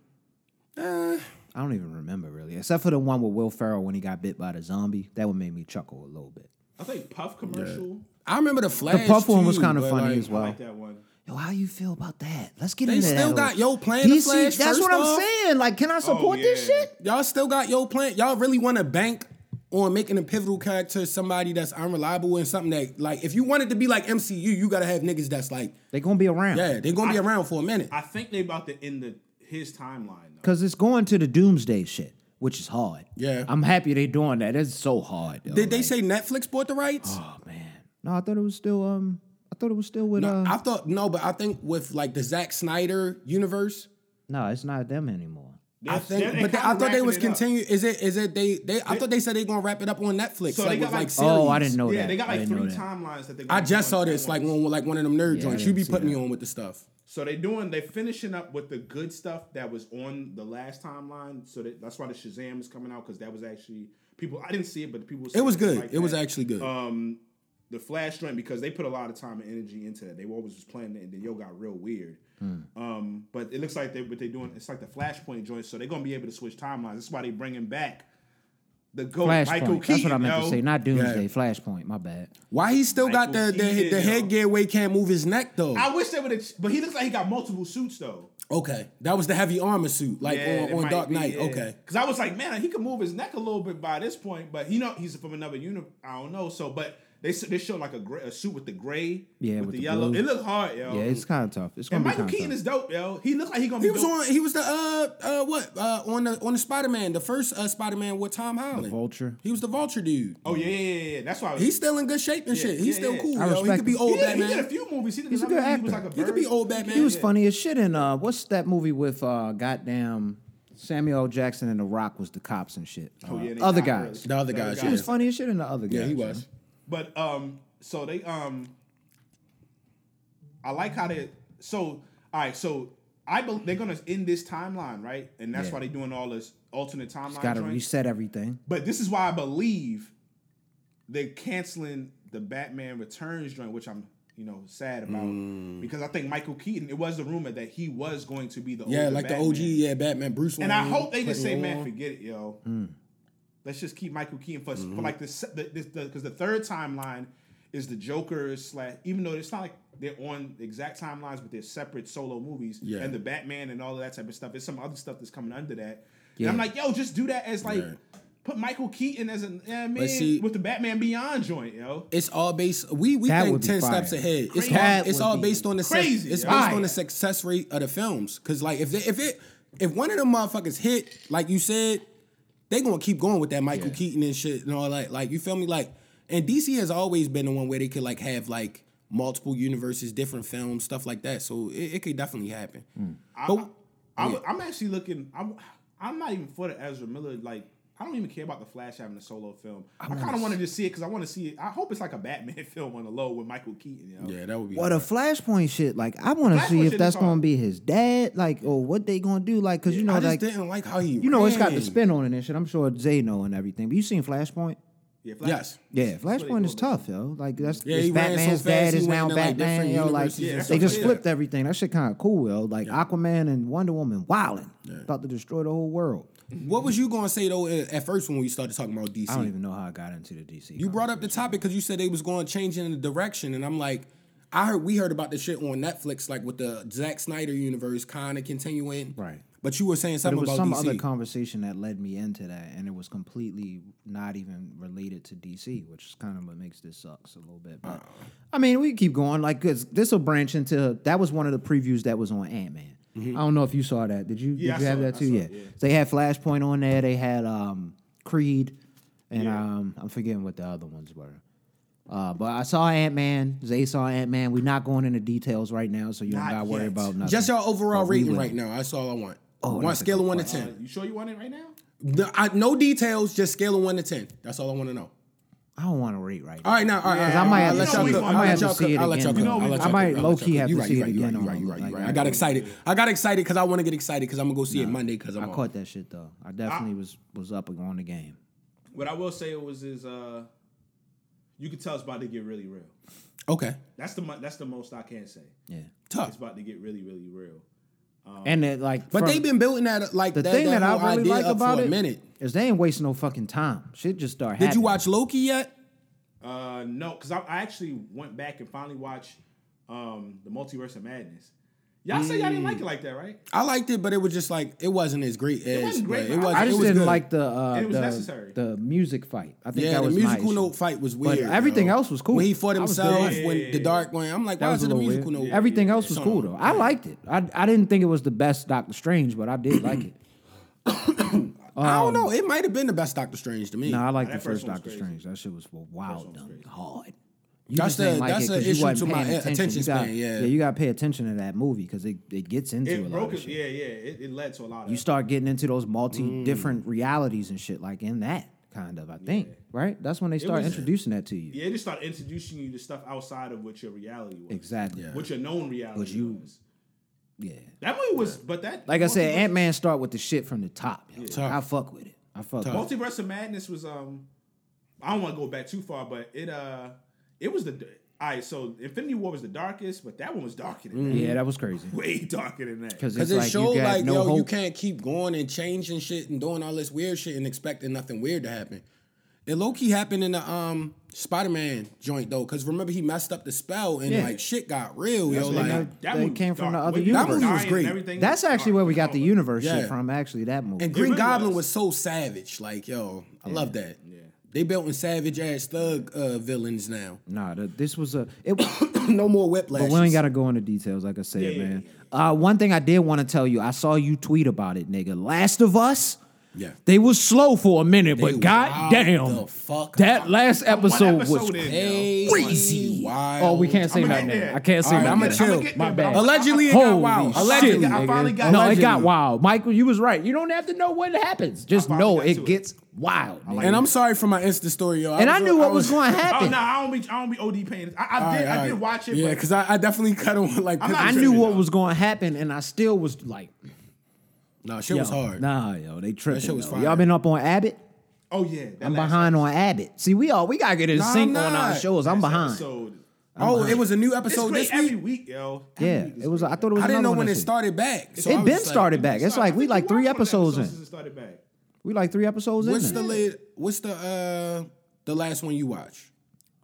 C: I don't even remember really, except for the one with Will Ferrell when he got bit by the zombie. That one made me chuckle a little bit.
E: I think Puff commercial.
D: I remember the
C: The
D: flash.
C: puff one
D: too,
C: was kind of
D: but,
C: funny
D: like,
C: as well.
E: I like that one.
C: Yo, how you feel about that? Let's get
D: They
C: into that.
D: still
C: little-
D: got Yo playing the
C: DC
D: Flash
C: That's
D: first
C: what I'm
D: off. Oh,
C: saying. Like, can I support this
E: yeah.
C: shit?
D: Y'all still got yo plan. Y'all really want to bank on making a pivotal character somebody that's unreliable and something that like if you wanted to be like MCU, you gotta have niggas that's like,
C: They gonna be around.
D: yeah, they're gonna be
E: I-
D: around for a minute.
E: I think they about to end the his timeline though.
C: Cause it's going to the doomsday shit, which is hard.
D: Yeah.
C: I'm happy they doing that. That's so hard. Though.
D: Did they
C: Like,
D: say Netflix bought the rights?
C: Oh man. No, I thought it was still um I thought it was still with uh
D: I thought no, but I think with like the Zack Snyder universe,
C: No, it's not them anymore.
D: I
E: They're- they're-
D: think,
E: they're
D: but they-
E: kinda
D: I thought they
E: wrapping
D: was
E: it up.
D: continue. Is it? Is it? They? They? I thought they said they gonna wrap it up on Netflix.
E: So they
D: like,
E: got,
D: with,
E: like-
D: like series.
C: Oh, I didn't know
E: Yeah,
C: that.
E: they got
C: I
E: like
C: didn't
E: three
C: know that.
E: timelines that they.
D: I just saw this like on like one of them nerd
C: Yeah, I
D: joints. You
C: didn't
D: be
C: see
D: putting
C: that.
D: me on with the stuff.
E: So they doing they finishing up with the good stuff that was on the last timeline. So that, that's why the Shazam is coming out because that was actually people. I didn't see it, but the people.
D: It was
E: said
D: good.
E: like
D: it was
E: that.
D: actually good.
E: Uh, the Flash joint because they put a lot of time and energy into that. They always was playing it, and then yo got real weird.
C: Hmm.
E: Um, but it looks like they what they doing. It's like the Flashpoint joint, so they're gonna be able to switch timelines. That's why they bringing back the Goat Michael
C: Flashpoint.
E: Keaton.
C: That's what I meant
E: yo.
C: to say. Not Doomsday. Flashpoint. My bad.
D: Why he still got the
E: Michael
D: the,
E: Keaton,
D: the
E: yo.
D: headgear where he can't move his neck though?
E: I wish they would have, but he looks like he got multiple suits though.
D: okay, that was the heavy armor suit like on, on Dark Knight. Okay,
E: Because I was like, man, he could move his neck a little bit by this point, but he know he's from another unit. I don't know. So, but they s- they show like a gray, a suit with the gray,
C: Yeah,
E: with,
C: with
E: the,
C: the
E: yellow.
C: blue.
E: It looked hard, yo.
C: Yeah, it's kind of tough. It's gonna
E: Oh. and
C: be
E: Michael
C: kinda
E: Keaton
C: tough.
E: is dope, yo. He looked like he gonna
D: he
E: be
D: was
E: dope.
D: on. He was the uh uh what uh on the on the Spider Man the first uh Spider Man with Tom Holland.
C: Vulture.
D: He was the Vulture dude.
E: Oh yeah, yeah, yeah, yeah. That's why I was,
D: He's still in good shape and shit. He's
E: yeah,
D: still
E: yeah.
D: cool.
C: I
D: Yo. He
C: respect
D: could be
C: him.
D: old
E: he, did, he
D: Batman.
E: did a few movies. He did
C: He's a
E: another
C: good
E: movie, He was like
C: actor.
E: a bird.
D: He could be old Batman.
C: He was funny as shit in uh what's that movie with uh goddamn Samuel L. Jackson and The Rock was the cops and shit.
E: Oh,
C: Uh,
E: yeah, they
C: other
E: died early.
C: guys.
D: The other guys,
C: He was
D: yeah.
C: funny as shit in the other guys.
D: Yeah, he
C: man.
D: was.
E: But um, so they um, I like how they. So all right, so I bel they're gonna end this timeline right, and that's
C: Yeah.
E: why they're doing all this alternate timeline.
C: Gotta
E: joint.
C: reset everything.
E: But this is why I believe they're canceling the Batman Returns joint, which I'm you know sad about
D: Mm.
E: because I think Michael Keaton. It was the rumor that he was going to be the
D: Yeah,
E: older
D: like
E: Batman.
D: the OG, yeah, Batman Bruce
E: And
D: Wayne.
E: I hope they just
D: putting
E: say,
D: it
E: man,
D: on. Hmm.
E: forget it, yo. Let's just keep Michael Keaton for,
D: Mm-hmm.
E: for like this, the, this, the, because the third timeline is the Joker slash. Even though it's not like they're on the exact timelines, but they're separate solo movies.
D: Yeah.
E: And the Batman and all of that type of stuff. There's some other stuff that's coming under that. And
C: Yeah.
E: I'm like, yo, just do that as like.
D: Yeah.
E: Put Michael Keaton as an yeah, man
D: But see-
E: with the Batman Beyond joint, yo.
D: It's all based. We we
C: That
D: think
C: would be
D: ten
C: fire.
D: steps ahead. It's
E: Crazy.
D: all,
C: That
D: it's
C: would
D: all
C: be
D: based on the
E: crazy,
D: Sec- it's
E: yo.
D: based
E: Fire.
D: on the success rate of the films. Cause like if they, if it if one of them motherfuckers hit, like you said, they gonna keep going with that Michael Keaton and shit and all that. Like you feel me? Like and DC has always been the one where they could like have like multiple universes, different films, stuff like that. So it, it could definitely happen.
C: Mm.
D: But
E: I, am actually looking. I'm, I'm not even for the Ezra Miller. Like, I don't even care about the Flash having a solo film. I, kind of want to just see it because I want to see it. I hope it's like a Batman film on the low with Michael Keaton. You know?
D: yeah, that would be
C: What a flashpoint shit! Like I want to
E: Flashpoint
C: see
E: shit
C: if that's
E: is hard.
C: gonna be his dad, like or what they gonna do, like because you know,
D: I just
C: like
D: didn't like how he
C: you know, it's got the
D: ran.
C: spin on it and shit. I'm sure Zay know and everything. But you seen Flashpoint?
E: Yeah, Flash.
D: Yes.
C: Yeah,
E: what they
C: Flashpoint is
E: doing.
C: tough, yo. Like that's
D: Yeah,
C: it's
D: he ran so
C: Batman's
D: fast,
C: dad
D: he
C: is
D: went
C: now
D: into, like,
C: Batman,
D: different
C: yo. Like
D: universes
E: and
C: they
E: stuff
C: just
E: like that.
C: flipped everything. That shit kind of cool, yo. Like Aquaman and Wonder Woman, wildin', about to destroy the whole world.
D: What was you gonna say though at at first when we started talking about DC?
C: I don't even know how I got into the DC.
D: You brought up the topic because you said they was going to change in the direction, and I'm like, I heard we heard about this shit on Netflix, like with the Zack Snyder universe kind of continuing.
C: Right.
D: But you were saying
C: But it
D: something
C: was
D: about
C: some
D: DC.
C: other conversation that led me into that, and it was completely not even related to DC, which is kind of what makes this sucks a little bit. But I mean, we can keep going, like, cause this will branch into that was one of the previews that was on Ant Man. I don't know if you saw that. Did you?
E: Mm-hmm. Yeah,
C: did
E: I
C: you have
E: saw it.
C: that
E: I
C: too?
E: saw
C: Yeah.
E: it, yeah.
C: They had Flashpoint on there. They had um, Creed, and
E: Yeah.
C: um, I'm forgetting what the other ones were. Uh, but I saw Ant Man. Zay saw Ant Man. We're not going into details right now, so you don't
E: Not
C: got to worry
E: yet.
C: about nothing.
D: Just your overall
C: But we
D: rating
C: will.
D: right now. That's all I want.
C: Oh,
D: Oh, one
C: that's a
D: scale of
C: good
D: one to
E: Uh,
D: ten.
E: you sure you want it right now?
D: No, I, no details, just scale of one to ten. That's all I want to know.
C: I don't want to rate right now.
D: All right, now, all right.
E: Yeah,
D: all
C: 'Cause
D: right,
C: I might
D: all
C: have
D: right,
C: to
D: let y'all
C: see
D: cook.
C: it. I
D: I'll
C: might
D: let
C: have
D: y'all
C: to see
D: cook.
C: it
D: I'll let y'all
C: again.
D: cook. I'll let
E: You
D: y'all
E: know, I
D: cook.
C: might
D: You
C: low-key
D: right,
C: have
D: you
C: to
D: right,
C: see
D: you
C: it
D: right, you
C: again
D: right,
C: on-
D: You right, you right, you
C: like,
D: right.
C: I
D: I got
C: do.
D: excited. I got excited because I want to get excited because I'm gonna go see it Monday because I'm
C: I
D: off.
C: caught that shit though. I definitely
D: Ah.
C: was was up on the game.
E: What I will say was is uh, you can tell it's about to get really real.
D: Okay,
E: That's the mo- that's the most I can say.
C: Yeah,
D: tough.
E: It's about to get really really real.
C: and it, like,
D: Oh. But
C: from-
D: they've been building that like
C: the
D: that,
C: thing
D: that,
C: that,
D: whole
C: I really
D: idea
C: like
D: up
C: about
D: for
C: it
D: a minute.
C: is they ain't waste no fucking time. Shit just start.
D: Did you watch Loki yet?
E: Uh, no, because I, I actually went back and finally watched um the Multiverse of Madness. Y'all say y'all didn't like it like that, right?
D: I liked it, but it was just like it wasn't as great as.
E: wasn't
D: but
E: great, but
D: it was,
E: I
C: I
D: it
C: just
D: was
C: didn't
D: good.
C: like the uh,
E: And it was
C: the,
E: necessary.
C: the music fight. I think
D: Yeah,
C: that
D: the
C: was my
D: musical
C: issue.
D: note fight was
C: But
D: weird.
C: everything
D: yo.
C: else was cool.
D: When he fought
C: I was
D: himself,
C: there.
D: when the dark one, I'm like,
C: That
D: why
C: was
D: is
C: a
D: it a
C: little
D: musical
C: weird.
D: note?
C: Everything else was
D: Song.
C: cool though. I liked it. I I didn't think it was the best Doctor Strange, but I did like it.
D: I
C: Um,
D: don't know. It might have been the best Doctor Strange to me.
C: No, I like
E: Nah,
C: the
E: that first
C: first
E: one was
C: Doctor
E: crazy.
C: Strange. That shit was wild,
E: one was
C: done
E: crazy.
C: hard. You
D: That's
C: just ain't
D: the-
C: like
D: that's
C: it
D: the
C: 'cause you
D: issue
C: wasn't
D: to my
C: paying
D: a-
C: attention.
D: attention
C: You got-
D: span, yeah.
C: you gotta pay attention to that movie because it, it gets into a
E: It
C: lot
E: broke
C: of
E: it.
C: shit.
E: Yeah, yeah. It, it led to a lot of.
C: You start getting into those multi
D: Mm.
C: different realities and shit like in that kind of. I think right. That's when they start
E: was-
C: introducing that to you.
E: yeah, it just started introducing you to stuff outside of what your reality was.
C: Exactly.
D: Yeah.
E: What your known reality
C: But you-
E: was.
C: yeah.
E: That movie was, but that
C: Like I said,
E: Multiverse-
C: Ant Man start with the shit from the top. yo.
D: Tough.
C: I fuck with it. I fuck. With it.
E: Multiverse of Madness was um I don't want to go back too far, but it uh it was the all right, so Infinity War was the darkest, but that one was darker than
C: Yeah, that was crazy.
E: that. Way darker than that.
C: Because
D: Because
C: it's
D: it
C: like
D: showed
C: you got
D: like,
C: no
D: yo,
C: hope.
D: you can't keep going and changing shit and doing all this weird shit and expecting nothing weird to happen. It low key happened in the um Spider Man joint though, because remember he messed up the spell and
C: Yeah.
D: like shit got real, yo.
C: what
D: Like
C: they They
E: one was
C: came from the other
E: When you
D: That
E: were
D: movie was
E: dying and
D: great.
E: everything
C: That's
E: was
C: actually
E: dark.
C: where we got the universe
D: Yeah.
C: shit from. Actually, that movie.
D: and Green
E: really
D: Goblin
E: was.
D: was so savage, like yo, I love that. Yeah. They built in savage ass thug uh, villains now.
C: nah, th- this was a. It,
D: no more whiplash.
C: but we ain't gotta go into details, like I said,
E: yeah,
C: man. Uh, one thing I did want to tell you, I saw you tweet about it, nigga. Last of Us.
D: Yeah.
C: They was slow for a minute, but
D: wowed
C: goddamn,
D: the fuck
C: that
D: out.
C: last episode, was.
E: episode in,
D: Hey,
C: Crazy.
D: Wild.
C: Oh, we can't say
E: I'ma
C: nothing.
E: get there.
C: now. I can't say
D: All right,
C: nothing.
D: I'ma
C: now.
D: chill.
C: My bad.
D: Allegedly, it got
C: Holy
D: wild.
C: shit,
D: Allegedly,
E: I
D: nigga.
E: finally got-
C: no, it
D: Allegedly.
C: got wild. Michael, you was right. You don't have to know what happens. Just
E: finally
C: know
E: got to
C: it
E: it.
C: gets wild. nigga.
D: And I'm sorry for my Insta story, yo.
C: and I knew what was, going to
E: Oh
C: happen.
E: no, I don't be I don't be OD paying. I, I did I did watch it,
D: Yeah,
E: but
D: because I, I definitely cut on like.
E: I'm not
C: I
D: pictures.
C: knew
E: tripping,
C: what
E: though.
C: was going to happen, and I still was like,
D: Nah, shit
C: yo,
D: was hard.
C: Nah, yo, they tripping.
D: shit was
C: though.
D: fire.
C: Y'all been up on Abbott?
E: oh yeah, that
C: I'm
E: last
C: behind on Abbott. See, we all we gotta get in
D: Nah,
C: sync
D: I'm
C: on our
D: not.
C: shows. I'm behind.
E: Episode.
D: oh, it was a new
E: It's
D: episode
E: great
D: this
E: every
D: week.
E: week, yo. Every
C: yeah,
E: week is
C: it was.
E: great.
C: I thought it was.
D: I didn't
C: another
D: know
C: one
D: when it
C: this week.
D: started back. So I
C: It
D: was
C: been
D: like,
C: started back. It's
E: So, I
C: like we
E: think
C: like
E: watched
C: three
E: one of the
C: episodes
E: episodes since
C: in.
E: it started back.
C: We like three episodes
D: What's
C: in.
D: the
C: now.
D: late, What's the uh the last one you watch?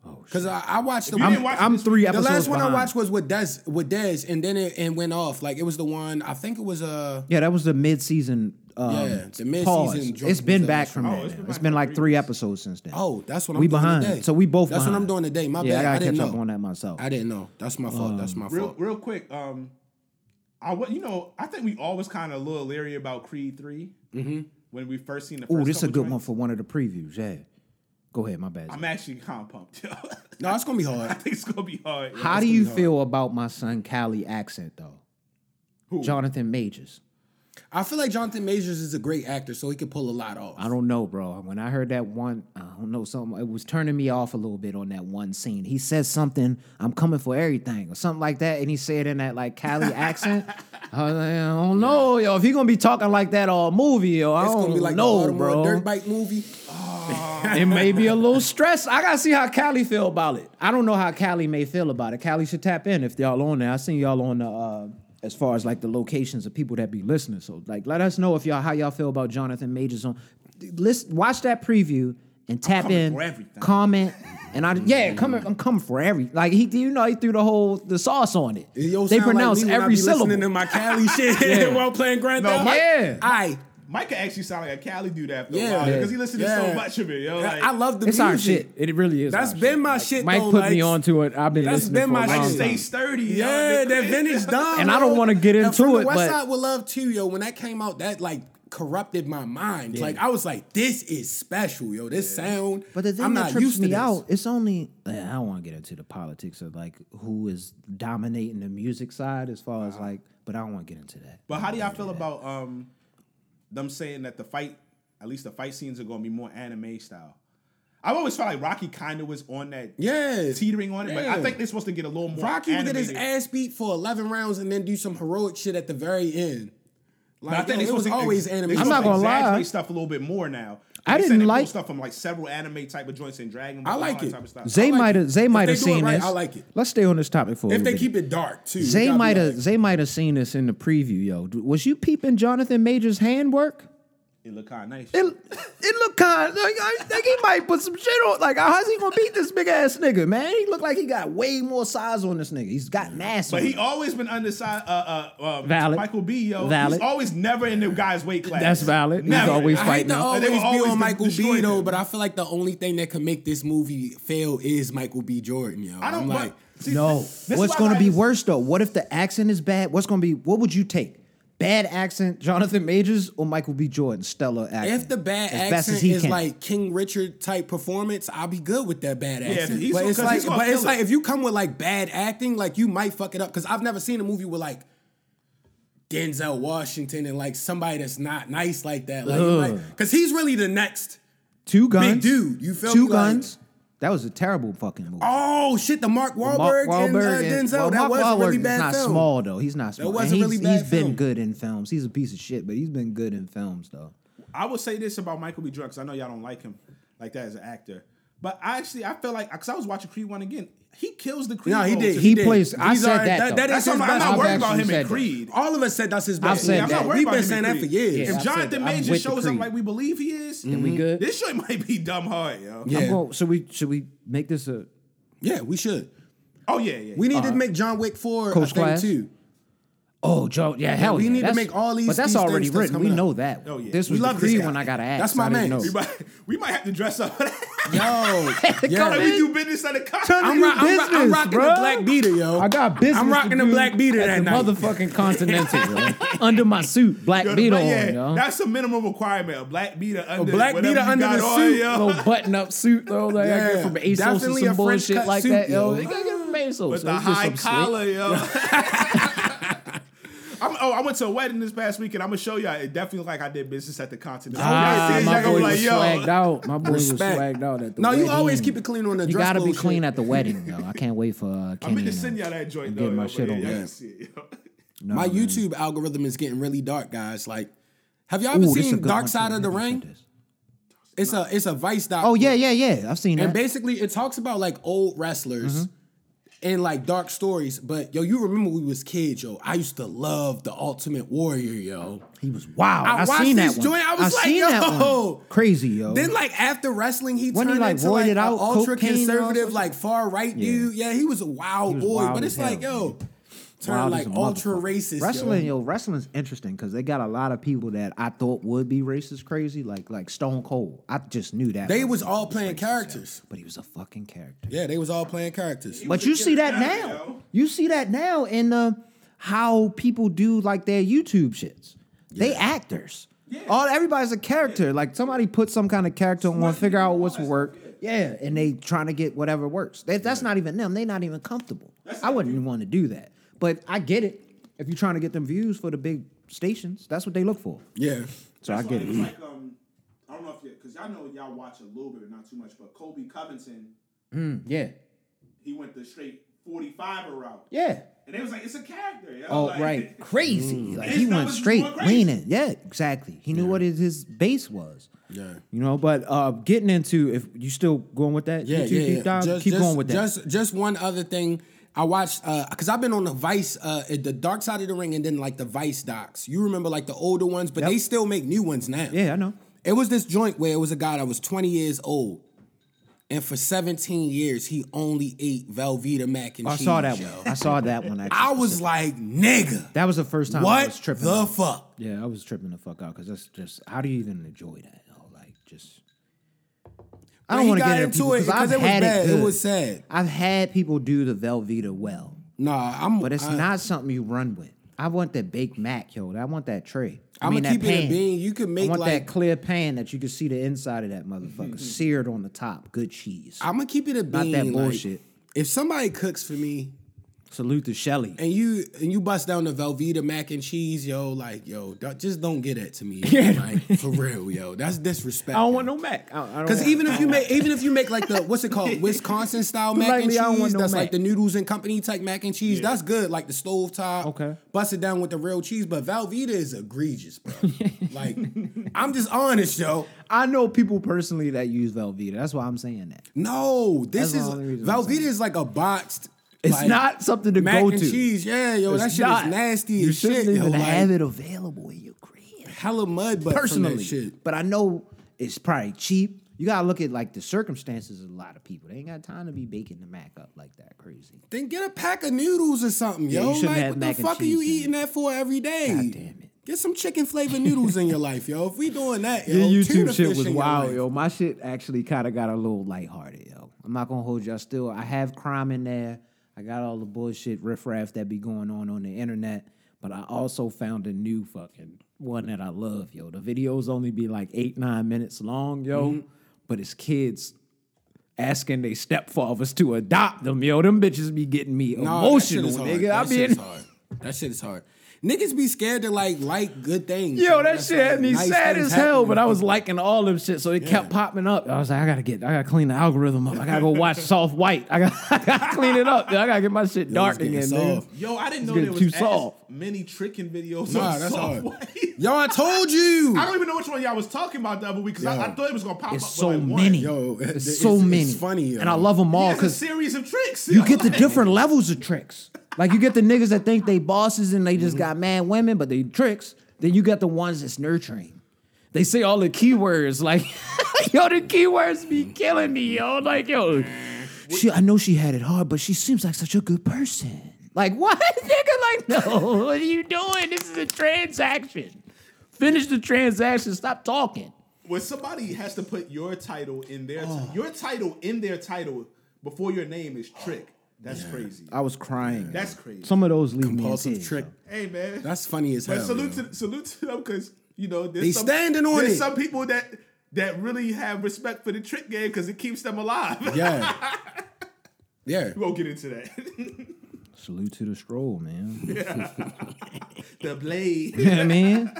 D: Oh, because I, I watched the
E: you
D: one-
E: didn't watch
C: I'm
E: this
C: three
D: the
C: episodes.
D: last one I
C: behind.
D: watched was with Des with Des, and then it and went off. Like it was the one I think it was uh
C: Yeah, that was the mid-season. Um,
D: Yeah, the mid-season
C: pause.
D: drunk
C: It's been
D: was
C: back
D: that
C: from
E: one.
C: that.
E: Oh, it's
C: now.
E: been
C: it's
E: back
C: been
E: for
C: like
E: three
C: three
E: weeks.
C: episodes since then.
D: oh that's what I'm
C: we
D: doing
C: behind.
D: today.
C: So we both.
D: That's what
C: behind.
D: I'm doing today. My
C: yeah,
D: bad.
C: I gotta
D: didn't
C: catch up
D: know.
C: on Um, that myself.
D: I didn't know. That's my fault. that's my
E: Real,
D: fault.
E: real quick. Um, I wa- you know I think we all was kind of a little leery about Creed 3 when we first seen the.
C: Oh,
E: first
C: this is a
E: couple
C: good one
E: joints.
C: for one of the previews. Yeah, go ahead. My bad.
E: I'm actually kind of pumped. yo. I
D: No, it's gonna be hard.
E: think it's gonna be hard. yo.
C: How do you feel about my son Cali accent though?
E: Who?
C: Jonathan Majors.
D: I feel like Jonathan Majors is a great actor, so he could pull a lot off.
C: I don't know, bro. When I heard that one, I don't know something. It was turning me off a little bit on that one scene. He said something, "I'm coming for everything" or something like that, and he said in that like Cali accent. I was like, I don't know, yo. If he gonna be talking like that all movie, yo, I
D: It's
C: don't
D: gonna be like the
C: know,
D: Baltimore
C: bro.
D: dirt bike movie.
C: it may be a little stress. I gotta see how Cali feel about it. I don't know how Cali may feel about it. Cali should tap in if y'all on there. I seen y'all on the uh, as far as like the locations of people that be listening. So like, let us know if y'all how y'all feel about Jonathan Majors on. Listen, watch that preview and tap
E: coming
C: in,
E: for everything.
C: comment, and I yeah, coming. I'm coming for every like he you know he threw the whole the sauce on it.
D: Yo,
C: they
D: sound like
C: pronounce
D: me when I
C: every
D: be Listening to
C: syllable.
D: my Cali shit
C: Yeah.
D: while playing Grand
E: No,
D: Theft.
E: my-
C: Yeah.
D: I
E: Micah actually sound like a Cali dude after a
D: Yeah.
E: while because he listened to so
D: Yeah.
E: much of it. Yo, like,
D: I love the
C: It's
D: music.
C: our shit. It really is.
D: That's
C: our
D: been
C: shit.
D: my shit.
C: Mike
D: though,
C: put
D: like,
C: me onto it. I've been
D: that's
C: listening
D: been
C: for
D: my
C: a
E: like
C: long
D: shit.
E: stay
C: time.
E: sturdy. yo.
D: Yeah, that vintage dumb.
C: And I don't wanna get
D: And
C: into
D: from
C: it,
D: The West
C: but-
D: Side with Love too, yo. When that came out, that like corrupted my mind. Like I was like, this is special, yo. This sound.
C: But the thing
D: I'm
C: that
D: not
C: trips
D: used to
C: me
D: this.
C: out, it's only I don't want to get into the politics of like who is dominating the music side as far as like, but I don't want to get into that.
E: But how do y'all feel about um them saying that the fight, at least the fight scenes are gonna be more anime style? I've always felt like Rocky kind of was on that
D: Yes.
E: teetering on it, but I
D: Yeah.
E: think they're supposed to get a little more.
D: Rocky would get his
E: animated.
D: ass beat for 11 rounds and then do some heroic shit at the very end.
E: But I
D: Like,
E: think
D: yo,
E: they're
D: it was
E: supposed to-
D: always
E: they're
D: anime.
E: supposed
C: not
E: to
C: gonna lie.
E: exaggerate stuff a little bit more now.
C: I
E: They said
C: didn't
E: they pull
C: like-
E: stuff from like several anime type of joints and Dragon.
D: I
E: Ball,
D: like
E: all that
D: it.
E: Type of stuff.
C: Zay
D: like
C: might
D: it.
C: have Zay
D: If
C: might
D: they
C: have
D: do it
C: seen
D: right,
C: this.
D: I like it.
C: Let's stay on this topic for a
D: If
C: little
D: they
C: bit.
D: keep it dark too.
C: Zay might have
D: have.
C: Zay might have seen this in the preview, yo. D- Was you peeping Jonathan Major's handwork?
E: It look kind of nice.
C: It, it look kind of like, I think he might put some shit on. Like, how's he gonna beat this big ass nigga, man? He look like he got way more size on this nigga. He's got mass.
E: but
C: on
E: he
C: him.
E: always been undersized. Uh, uh, um,
C: Valid.
E: Michael B. Yo,
C: Valid.
E: he's always never in the guy's weight class.
C: That's valid. He's always
D: I hate oh,
C: fighting
D: to
C: him.
D: always
E: They
D: be
E: were always
D: on
E: de-
D: Michael B
E: destroying
D: though,
E: him.
D: but I feel like the only thing that can make this movie fail is Michael B. Jordan. Yo,
E: I don't
D: I'm like.
E: like. See,
C: no.
E: this- this is
C: What's
E: why
C: gonna
E: I
C: be
E: just-
C: worse though? What if the accent is bad? What's gonna be? What would you take? Bad accent, Jonathan Majors or Michael B. Jordan, stellar acting.
D: If the bad
C: As best as
D: accent
C: he
D: is
C: can.
D: like King Richard type performance, I'll be good with that bad accent.
E: he's
D: but
E: gonna-
D: it's
E: 'cause
D: like,
E: he's gonna
D: but it's
E: kill
D: like
E: it.
D: if you come with like bad acting, like you might fuck it up. Because I've never seen a movie with like Denzel Washington and like somebody that's not nice like that. Like,
C: Ugh.
D: because he's really the next.
C: two guns,
D: dude, you feel
C: two
D: me? Like-
C: guns. that was a terrible fucking movie.
D: Oh shit, the Mark Wahlberg, and, uh, Denzel.
C: well,
D: that
C: Mark
D: was a
C: Wahlberg
D: really
C: is
D: bad
C: not
D: film.
C: small though. He's not small.
D: was
C: And
D: a
C: he's
D: really bad
C: he's been
D: film.
C: good in films. He's a piece of shit, but he's been good in films though.
E: I would say this about Michael B. Jordan 'cause I know y'all don't like him like that as an actor. But I actually, I felt like because I was watching Creed one again, he kills the Creed.
D: No, he
E: role
D: did.
E: to-
C: He
D: did.
C: plays. I
D: These
C: said
D: are-
C: that.
D: that-
C: though.
D: that is
E: That's
D: his
E: what I'm, I'm
D: best-
E: not
D: I've
E: worried about
C: actually
E: him in
C: said that.
E: Creed.
D: All of us said that's his best.
C: said
D: movie. I'm
C: that.
D: not worried
E: We've
D: about
E: been
D: him
E: saying
D: in
E: that
D: Creed.
E: for years.
D: Yeah,
E: if
C: I've
D: I'm-
C: said
E: Jonathan
C: that. I'm
E: Major
C: with the
E: shows up
C: Creed. Mm-hmm.
E: like we believe he is,
C: We good?
E: this shit might be dumb hard, yo.
D: Yeah.
C: I'm going, should we should we make this a
D: yeah, we should.
E: Oh yeah, yeah.
D: We need to make John Wick four a
C: Uh, Coach
D: thing
C: Class?
D: too.
C: Oh, Joe, yeah, hell
D: we
C: yeah.
D: need to
C: That's-
D: make all these-
C: But that's
D: these
C: already
D: things that's
C: written. We
D: coming up.
C: know that.
E: Oh, yeah.
C: This
E: We
C: was
D: love
C: the
D: this
C: free
D: guy.
C: one I gotta ask.
D: That's my
C: I didn't
D: man.
C: know.
E: we might, we might have to dress up.
D: Yo,
C: Come
E: like
D: yo.
E: we do business at the cop.
D: I'm,
C: do
D: rock, I'm, rock, I'm
C: business,
D: rocking
C: bro.
D: the black beater, yo.
C: I got business.
D: I'm rocking the black beater
C: at
D: that
C: the
D: night.
C: motherfucking Continental yo. under my suit, black
E: Yo, the
C: beater
E: black-
C: on,
E: yeah,
C: yo.
E: That's a minimum requirement. A black beater under
D: black
E: whatever
D: beater
E: you
D: under
E: got
D: the
E: on,
D: suit.
E: Yo.
C: Little button up suit though, like I get
D: Yeah,
C: from ASOS or some
D: definitely a French
C: bullshit
D: cut
C: like
D: suit,
C: that, yo.
D: yo.
C: You gotta get from ASOS.
E: With
C: It's
E: the
C: just
E: high
C: some slick-
E: collar, yo. I'm, oh, I went to a wedding this past weekend. I'm gonna show y'all. It definitely look like I did business at the continent.
C: Ah,
E: Y'all see it,
C: my
E: y'all gonna
C: boy
E: be
C: was
E: yo.
C: swagged out. My boy was
D: Respect.
C: swagged out at the
D: No, you
C: wedding.
D: always keep it clean on the
C: You
D: dress
C: gotta be
D: clothes
C: clean
D: shit.
C: at the wedding, though. I can't wait for uh,
E: I meant
C: Kenny
E: to
C: and,
E: send y'all that joint
C: I'm
E: though.
C: getting my
E: yo,
C: shit
E: but
C: on.
E: yeah, y'all
D: Yeah.
E: can see it, yo.
D: My YouTube algorithm is getting really dark, guys. Like, have y'all ever
C: Ooh, this is a
D: seen
C: good
D: Dark
C: one,
D: Side
C: too.
D: of the
C: I never
D: Ring?
C: said this.
D: It's a it's a Vice doc.
C: Oh yeah, yeah, yeah. I've seen
D: And
C: that.
D: basically, it talks about like old wrestlers
C: Mm-hmm.
D: and like dark stories. But yo, you remember we was kids, yo. I used to love the Ultimate Warrior, yo.
C: He was wow.
D: I
C: I,
D: watched
C: seen that
D: this
C: one.
D: joint, I was like,
C: seen that
D: yo.
C: one. Crazy yo.
D: Then like after wrestling, he
C: Wasn't
D: turned
C: he, like,
D: into like
C: roided
D: an
C: out,
D: ultra
C: cocaine and all
D: conservative,
C: sorts?
D: like far right
C: Yeah.
D: dude. Yeah, he was a wild
C: was
D: boy.
C: wild
D: but
C: as
D: it's like
C: hell,
D: yo, turned
C: Wild as
D: like
C: a
D: ultra
C: motherfucker.
D: racist.
C: Wrestling,
D: yo.
C: yo, wrestling's interesting because they got a lot of people that I thought would be racist, crazy, like like Stone Cold. I just knew that
D: They
C: motherfucker
D: was all playing
C: racist,
D: characters.
C: yo. but he was a fucking character.
D: Yeah, they was all playing characters.
C: But you see that
E: character,
C: now.
E: yo.
C: You see that now in the how people do like their YouTube shits. They actors. All everybody's a character. Like somebody put some kind of character on, figure out what's work. Yeah, and they trying to get whatever works. That, that's not even them. They not even comfortable. I wouldn't want to do that. But I get it. If you're trying to get them views for the big stations, that's what they look for.
D: Yeah.
C: So I
E: That's why
C: get
E: it was
C: it.
E: like, um, I don't know if you, because y'all know y'all watch a little bit, but not too much. But Kobe Covington,
C: Yeah.
E: he went the straight 45 route.
C: Yeah.
E: And they was like, it's a character. yo.
C: Oh
E: like,
C: right, crazy! Like he
E: His
C: went
E: numbers
C: straight
E: going crazy.
C: leaning. Yeah, exactly. He knew what his, his base was.
D: Yeah.
C: you know. But uh, getting into if you still going with that,
D: Yeah,
C: YouTube
D: yeah, yeah.
C: deep dive,
D: Just-
C: keep
D: just-
C: going with that.
D: Just, just one other thing. I watched because I've been on the Vice, uh, the Dark Side of the Ring, and then like the Vice docs. You remember like the older ones, but
C: Yep.
D: they still make new ones now.
C: yeah, I know.
D: It was this joint where it was a guy that was 20 years old, and for 17 years he only ate Velveeta mac and
C: I
D: cheese.
C: saw that
D: yo.
C: one. I saw that one. Actually,
D: I was like, nigga,
C: that was the first time I
D: what
C: was tripping.
D: the
C: out.
D: fuck?
C: yeah, I was tripping the fuck out because that's just how do you even enjoy that? Oh, like just. I don't
D: When
C: want
D: he
C: to
D: got
C: get
D: into it,
C: I've
D: because it was
C: had
D: bad.
C: it.
D: It
C: good.
D: was sad.
C: I've had people do the Velveeta well,
D: Nah, I'm.
C: but it's
D: I-
C: not something you run with. I want that baked mac, yo. I want that tray. I
D: I'ma
C: mean, that
D: keep it a
C: pan.
D: bean. You could make,
C: I want
D: like-
C: that
D: Mm-hmm.
C: clear pan that you can see the inside of that motherfucker, seared on the top. Good cheese.
D: I'm gonna keep it a
C: Not
D: bean.
C: that
D: like,
C: bullshit.
D: if somebody cooks for me,
C: Salute to Shelly.
D: and you and you bust down the Velveeta mac and cheese, yo, like yo, don't- just don't get that to me,
C: Yeah.
D: like for real, yo, that's disrespect.
C: mac.
D: Because even if you make even if you make like the what's it called Wisconsin style mac and
C: Likely, I don't want
D: cheese,
C: no
D: that's
C: mac.
D: like the noodles and company type mac and cheese. That's good, like the stove top.
C: Okay.
D: bust it down with the real cheese. But Velveeta is egregious, bro. like I'm just honest, yo.
C: I know people personally that use Velveeta. That's why I'm saying that.
D: No,
C: That's
D: this
C: the
D: is
C: only reason I'm
D: Velveeta
C: saying it.
D: is like a boxed.
C: It's
D: like,
C: not something to
D: mac
C: go
D: and
C: to.
D: cheese. Yeah, yo,
C: It's
D: that shit
C: not.
D: is nasty
C: You
D: as shit.
C: shouldn't
D: yo,
C: even
D: like-
C: have it available in your crib.
D: hella mud, but
C: personally.
D: personally, that shit.
C: But I know it's probably cheap. You gotta look at like the circumstances of a lot of people. They ain't got time to be baking the mac up like that crazy.
D: Then get a pack of noodles or something,
C: Yeah, you
D: yo.
C: shouldn't
D: like,
C: have
D: what the
C: mac and
D: fuck are you
C: cheese in it.
D: eating that for every day?
C: God damn it.
D: Get some chicken flavored noodles in your life, yo. If we doing that, yo,
C: Your
D: tuna
C: YouTube shit
D: fish
C: was
D: in your
C: wild,
D: life.
C: yo. My shit actually kind of got a little lighthearted, yo. I'm not gonna hold y'all still. I have crime in there. I got all the bullshit riffraff that be going on on the internet, but I also found a new fucking one that I love, yo. The videos only be like eight nine minutes long, yo,
D: Mm-hmm.
C: but it's kids. Asking their stepfathers to adopt them, yo. Them bitches be getting me
D: Nah, that shit
C: emotional,
D: is hard.
C: nigga.
D: That
C: I
D: shit
C: be
D: is
C: in,
D: hard. That shit is hard. Niggas be scared to like like good things.
C: Yo, that
D: That's
C: shit
D: like
C: had me
D: nice
C: sad
D: things
C: as hell,
D: happening.
C: but I was liking all them shit, so it kept popping up. I was like, I gotta get, I gotta clean the algorithm up. I gotta go watch Soft White. I gotta, I gotta clean it up. dude. I gotta get my shit dark
D: getting
C: again,
D: soft.
C: dude.
E: Yo, I didn't
C: It's
E: know
C: getting
E: there
C: too
E: was as
C: soft.
E: many tricking videos
D: Nah,
E: on
D: that's
E: soft
D: hard.
E: white.
D: Yo, I told you.
E: I don't even know which one y'all was talking about the other week because
D: Yo.
E: I, I thought it was gonna pop
C: It's
E: up. with,
C: so
E: like one.
C: many,
D: Yo,
C: It's
D: it's-
C: so
D: it's
C: many.
D: funny, yo.
C: and I love them
E: He
C: all
E: has a
C: because
E: series of tricks.
C: you
E: yo.
C: get the
E: Like,
C: different levels of tricks. Like you get the niggas that think they bosses and they just got mad women, but they tricks. Then you got the ones that's nurturing. They say all the keywords like, yo, the keywords be killing me, yo. Like yo, she, I know she had it hard, but she seems like such a good person. Like what, nigga? Like no, what are you doing? This is a transaction. Finish the transaction. Stop talking.
E: When somebody has to put your title in their your title in their title before your name is trick. That's crazy.
C: I was crying.
E: That's crazy.
C: Some of those leave me in
D: Compulsive
C: tears,
D: trick.
C: yo.
E: hey man,
D: That's funny as
E: But
D: hell.
E: salute
D: yo.
E: to salute to them because you know there's
D: They
E: some,
D: standing on
E: there's
D: it.
E: some people that that really have respect for the trick game because it keeps them alive.
D: Yeah. Yeah.
E: we won't get into that.
C: Salute to the stroll, man.
E: the blade.
C: You know what I mean?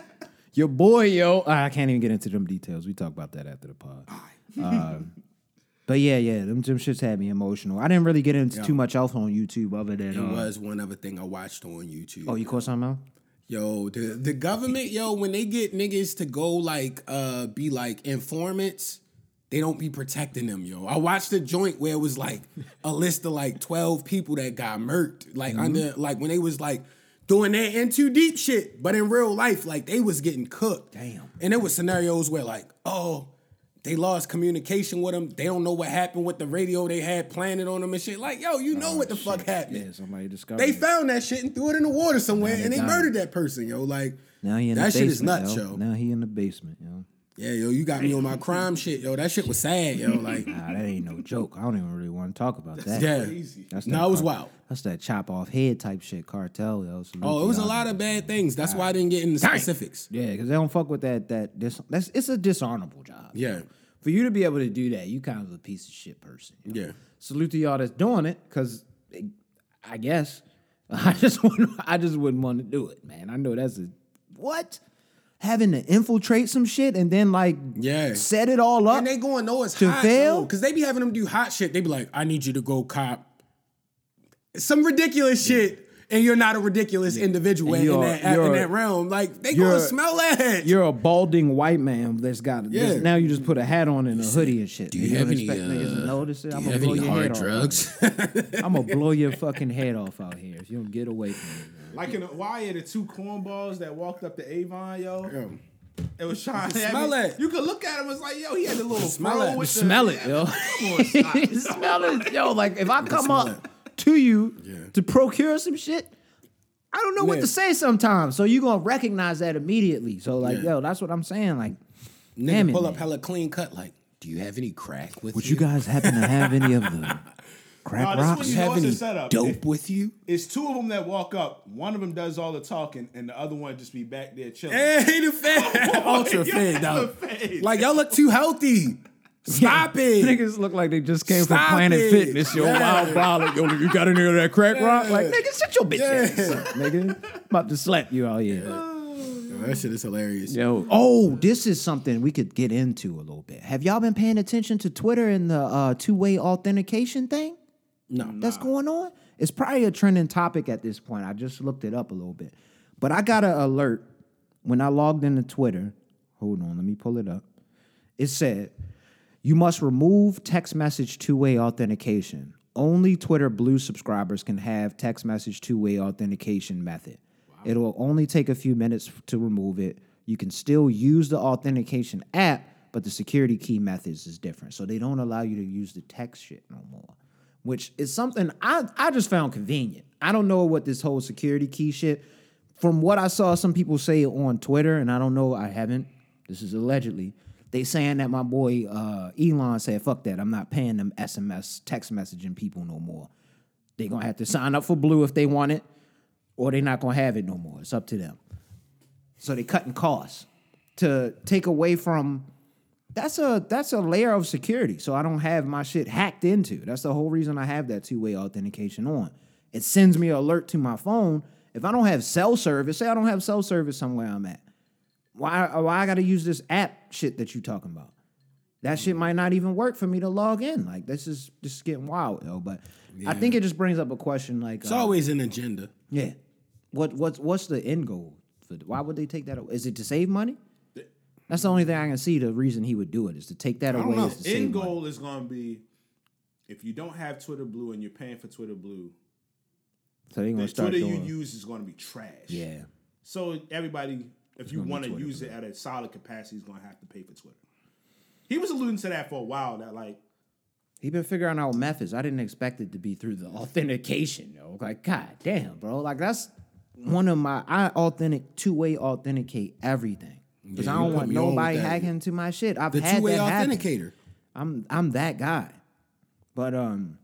C: Your boy, yo. Ah, I can't even get into them details. We talk about that after the pod. Um, but yeah, yeah, them, them shits had me emotional. I didn't really get into too much else on YouTube other than.
D: There
C: uh,
D: was one other thing I watched on YouTube.
C: oh, you caught something else?
D: Yo, the, the government, yo, when they get niggas to go like uh be like informants, they don't be protecting them, yo. I watched a joint where it was like a list of like 12 people that got murked, like under like when they was like doing that in too deep shit, but in real life, like they was getting cooked.
C: Damn.
D: And there was scenarios where like, oh, they lost communication with them. They don't know what happened with the radio they had planted on them and shit. Like, yo, you know what the fuck happened.
C: Yeah, somebody discovered.
D: They
C: it.
D: found that shit and threw it in the water somewhere,
C: they
D: and they
C: got
D: murdered that person, yo. Like
C: Now he in the
D: that shit
C: basement.
D: is nuts,
C: yo.
D: yo.
C: Now he in the basement, yo.
D: Yeah, yo, you got me on my crime shit, yo. That shit was sad, yo. Like,
C: Nah, Ah, that ain't no joke. I don't even really want to talk about that.
D: yeah,
E: crazy.
C: That's
D: no,
C: that
D: it was
C: car-
D: wild.
C: That's that chop off head type shit, cartel, yo. Salute
D: Oh,
C: to
D: it was a
C: y'all.
D: lot of bad things. That's why I didn't get into specifics.
C: Yeah, because they don't fuck with that. That dis- that's it's a dishonorable job.
D: Yeah.
C: for you to be able to do that, you kind of a piece of shit person. you know?
D: Yeah.
C: salute to y'all that's doing it, because I guess I just wouldn't, I just wouldn't want to do it, man. I know that's a what having to infiltrate some shit and then like
D: Yeah.
C: set it all up.
D: And they going, no, it's
C: To
D: hot,
C: fail?
D: because they be having them do hot shit. They be like, I need you to go cop some ridiculous shit, and you're not a ridiculous individual
C: And
D: in
C: you're-
D: that, in
C: you're-
D: that realm. Like they
C: you're-
D: gonna smell that.
C: you're a balding white man that's got
D: Yeah.
C: now you just put a hat on and a hoodie and shit. Do niggas
D: uh,
C: to notice it? I'm gonna blow your head off. I'm gonna blow your fucking head off out here if you don't get away from me. man.
E: Like in a wire, the two cornballs that walked up to Avon, yo.
D: Yo.
E: It was trying to
D: Smell it.
E: You could look at him, it's like, yo, he had a little
D: Smell
E: fro
D: it.
E: with the-
C: smell it, yo.
E: Come on, stop.
C: smell it, yo. Like if I come
D: smell
C: up to you
D: Yeah.
C: to procure some shit, I don't know what
D: Yeah.
C: to say sometimes. So you gonna recognize that immediately. So like,
D: Yeah.
C: yo, that's what I'm saying. Like, damn
D: Nigga
C: it,
D: pull up
C: man.
D: hella clean cut. Like, do you have any crack with
C: Would you guys happen to have any of the crap
E: Nah, this
C: rocks?
E: one you know-
D: have
E: What's
D: any
E: the setup?
D: dope with you?
E: It's two of them that walk up. One of them does all the talking, and the other one just be back there chilling.
D: Hey, the fed, ultra
E: yo,
D: fed, dog.
E: the fed.
D: Like y'all look too healthy. Stop it.
C: Niggas look like they just came
D: Stop
C: from Planet
D: it.
C: Fitness, yo.
D: Yeah.
C: Wild wild, like, yo, you got any of that crack rock? Like,
D: Yeah.
C: nigga, shut your bitch
D: Yeah.
C: ass up, nigga. I'm about to slap you out here.
D: that shit is hilarious.
C: Yo. Oh, this is something we could get into a little bit. Have y'all been paying attention to Twitter and the uh, two-way authentication thing? No. That's going on? It's probably a trending topic at this point. I just looked it up a little bit. But I got an alert when I logged into Twitter. Hold on, let me pull it up. It said, you must remove text message two way authentication. Only Twitter Blue subscribers can have text message two way authentication method. It'll only take a few minutes f- to remove it. You can still use the authentication app, but the security key methods is different. So they don't allow you to use the text shit no more, which is something I, I just found convenient. I don't know what this whole security key shit. From what I saw some people say on Twitter, and I don't know, I haven't. This is allegedly. They saying that my boy uh, Elon said, "Fuck that! I'm not paying them SMS text messaging people no more. They gonna have to sign up for Blue if they want it, or they not gonna have it no more. It's up to them." so they cutting costs to take away from that's a that's a layer of security so i don't have my shit hacked into that's the whole reason i have that two-way authentication on it sends me an alert to my phone if i don't have cell service say i don't have cell service somewhere i'm at why why i gotta use this app shit that you talking about that shit might not even work for me to log in like this is this is getting wild though but i think it just brings up a question like uh,
D: It's always an agenda.
C: yeah. What what's what's the end goal? For, why would they take that away? Is it to save money? That's the only thing I can see. The reason he would do it is to take that
D: don't
C: away.
D: know.
C: Is to save
E: End
C: money.
E: goal is gonna be if you don't have Twitter Blue and you're paying for Twitter Blue,
C: So they're
E: the
C: gonna start
E: Twitter you
C: doing.
E: use is gonna be trash.
C: yeah.
E: So everybody, if you want to use it at a solid capacity, is gonna have to pay for Twitter. He was alluding to that for a while. That like
C: He been figuring out methods. I didn't expect it to be through the authentication, yo. Like, god damn, bro. Like that's one of my I authentic two way authenticate everything because I
D: Yeah, you
C: don't
D: put
C: want
D: me on with
C: nobody
D: that.
C: hacking to my shit. I've
D: The
C: had
D: two-way
C: that happen.
D: authenticator.
C: I'm I'm that guy. But um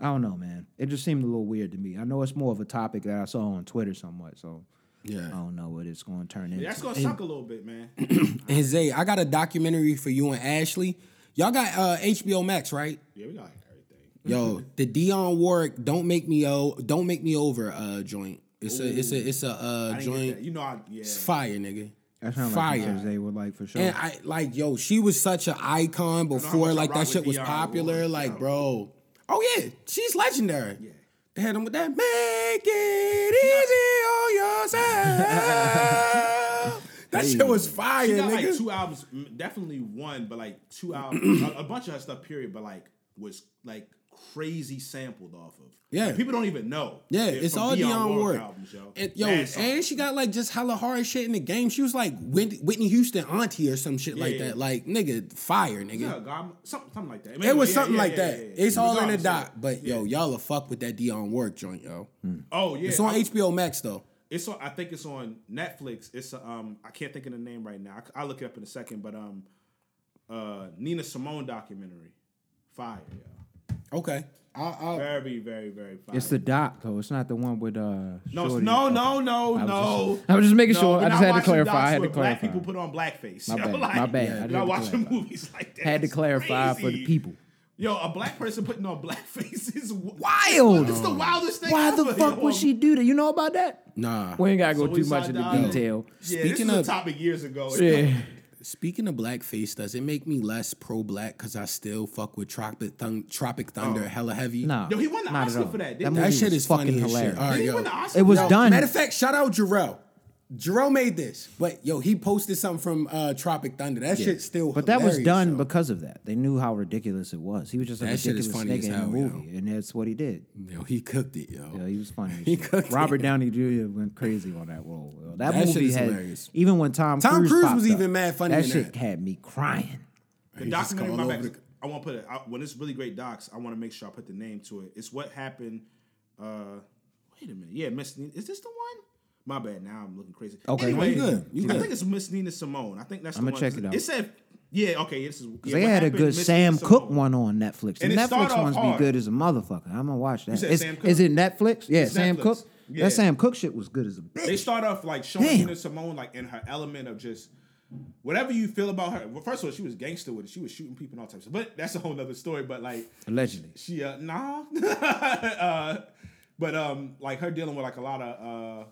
C: I don't know, man. It just seemed a little weird to me. I know it's more of a topic that I saw on Twitter somewhat, so
D: Yeah.
C: I don't know what it's going to turn into.
E: that's gonna suck a little bit, man.
D: And Zay, I got a documentary for you and Ashley. Y'all got uh, HBO Max, right?
E: yeah, we got everything.
D: Yo, the Dion Warwick "Don't Make Me O Don't Make Me Over" uh, joint. It's a it's a it's a uh,
E: I didn't get
D: joint.
E: that. You know, I yeah.
D: It's fire, nigga.
C: that sounds like
D: fire.
C: some shit they would like for sure.
D: And I like yo, she was such an icon before
E: much I
D: like
E: rock
D: that
E: with
D: shit was
E: Dionne
D: popular.
E: Warwick,
D: like,
E: yo.
D: bro. Oh yeah, she's legendary. Yeah. They had him with that make it easy on yourself. that shit was fire,
E: she got
D: nigga.
E: like two albums, mm, definitely one, but like two albums, a, a bunch of her stuff. Period, but like was like crazy sampled off of.
D: Yeah.
E: Like, people don't even know.
D: Yeah,
E: They're
D: it's
E: from
D: all Dionne
E: Warwick
D: Ward.
E: albums, yo.
D: And, yo,
E: Mad songs.
D: and she got like just hella hard shit in the game. She was like Whitney, Whitney Houston auntie or some shit like
E: Yeah.
D: that. Like nigga, fire, nigga.
E: Yeah, God, something, something like that.
D: It was
E: Yeah,
D: something
E: yeah,
D: like
E: yeah,
D: that.
E: yeah, yeah.
D: It's all in the
E: Regardless, yeah.
D: dot. But yo, y'all a fuck with that Dion Warwick joint, yo.
E: Oh yeah,
D: It's on
E: I-
D: HBO Max though.
E: It's on. I think it's on Netflix. It's a, um. I can't think of the name right now. I, will look it up in a second. But um, uh, Nina Simone documentary, fire. Yeah.
D: Okay. I, I,
E: Very, very, very fire.
C: it's the doc though. It's not the one with uh
E: no, it's-
C: Shorty.
E: no, no, no,
C: I was
E: no.
C: just- I was just making
E: No,
C: sure.
E: we're
C: I just had
E: not
C: to
E: watching
C: clarify. I
E: docs
C: had to
E: where Black
C: clarify.
E: people put on blackface.
C: My
E: Yo,
C: bad.
E: Like,
C: My bad. I
E: You're
C: just
E: not
C: had to
E: watching
C: clarify.
E: movies like that.
C: I had to
E: That's
C: clarify for the
E: crazy.
C: people.
E: Yo, a black person putting on blackface is w-
C: Wild.
E: It's the wildest thing.
C: Why
E: ever,
C: the fuck
E: yo.
C: would she do that? You know about that?
D: nah.
C: We ain't gotta go
E: So we
C: too
E: saw
C: much into
E: Dom.
C: detail.
E: Yeah, this
D: Speaking
E: was
D: of-
E: a topic years ago.
C: Yeah.
D: Speaking of blackface, does it make me less pro black because I still fuck with Tropic, Thun- Tropic
E: Oh.
D: Thunder hella heavy?
C: No.
E: Yo, he won the
C: not at
E: Oscar
C: all.
E: for
C: That
E: that, didn't he?
C: movie
D: That shit
C: was
D: is
C: fucking
D: funny as shit.
C: hilarious.
D: All right.
E: He
D: yo.
E: won the Oscar.
C: It was
E: Yo,
C: done.
D: Matter of fact, shout out Jarrell. Jarrell made this, but yo, he posted something from uh, Tropic Thunder. That shit still.
C: But that was
D: hilarious,
C: done
D: yo.
C: because of that. They knew how ridiculous it was. He was just a
D: That shit is
C: ridiculous
D: funny
C: nigga
D: as
C: in the
D: hell, yo.
C: movie, and that's what he did.
D: Yo, he cooked it, yo.
C: Yeah, he was funny. as
D: He
C: shit.
D: cooked
C: Robert
D: it.
C: Downey Jr. went crazy on that role. yo. That,
D: That shit
C: movie
D: is
C: had
D: hilarious.
C: even when Tom
D: Tom
C: Cruise,
D: Cruise
C: popped
D: was
C: up,
D: even mad funny
C: That
D: in
C: shit
D: that.
C: had me crying.
E: The
D: He just
E: documentary,
D: come
E: my
D: all
E: back,
D: over
E: is- I want to put it I, when it's really great docs. I want to make sure I put the name to it. It's what happened. Uh, wait a minute. Yeah, Miss. Nina, is this the one? My bad. Now I'm looking crazy.
C: Okay.
E: anyway,
D: You good, you
E: I
D: good.
E: think it's Miss Nina Simone. I think that's.
C: I'ma
E: the one.
C: check it out.
E: It said, yeah, okay. This is. Yeah,
C: They
E: what
C: had a
E: happened,
C: good
E: Miss
C: Sam
E: Nina
C: Cooke
E: Simone.
C: one on Netflix. The
E: And it started
C: Netflix
E: off
C: ones
E: hard.
C: be good as a motherfucker. I'm gonna watch that.
E: said
C: It's-
E: Sam Cooke?
C: Is it Netflix? Yeah,
E: It's
C: Sam
E: Netflix.
C: Cooke.
E: Yeah.
C: That Sam Cooke shit was good as a bitch.
E: They start off like showing
C: Damn.
E: Nina Simone like in her element of just whatever you feel about her. Well, first of all, she was gangster with it. She was shooting people and all types of. But that's a whole nother story. But like.
C: Allegedly,
E: She uh nah. uh, but um like her dealing with like a lot of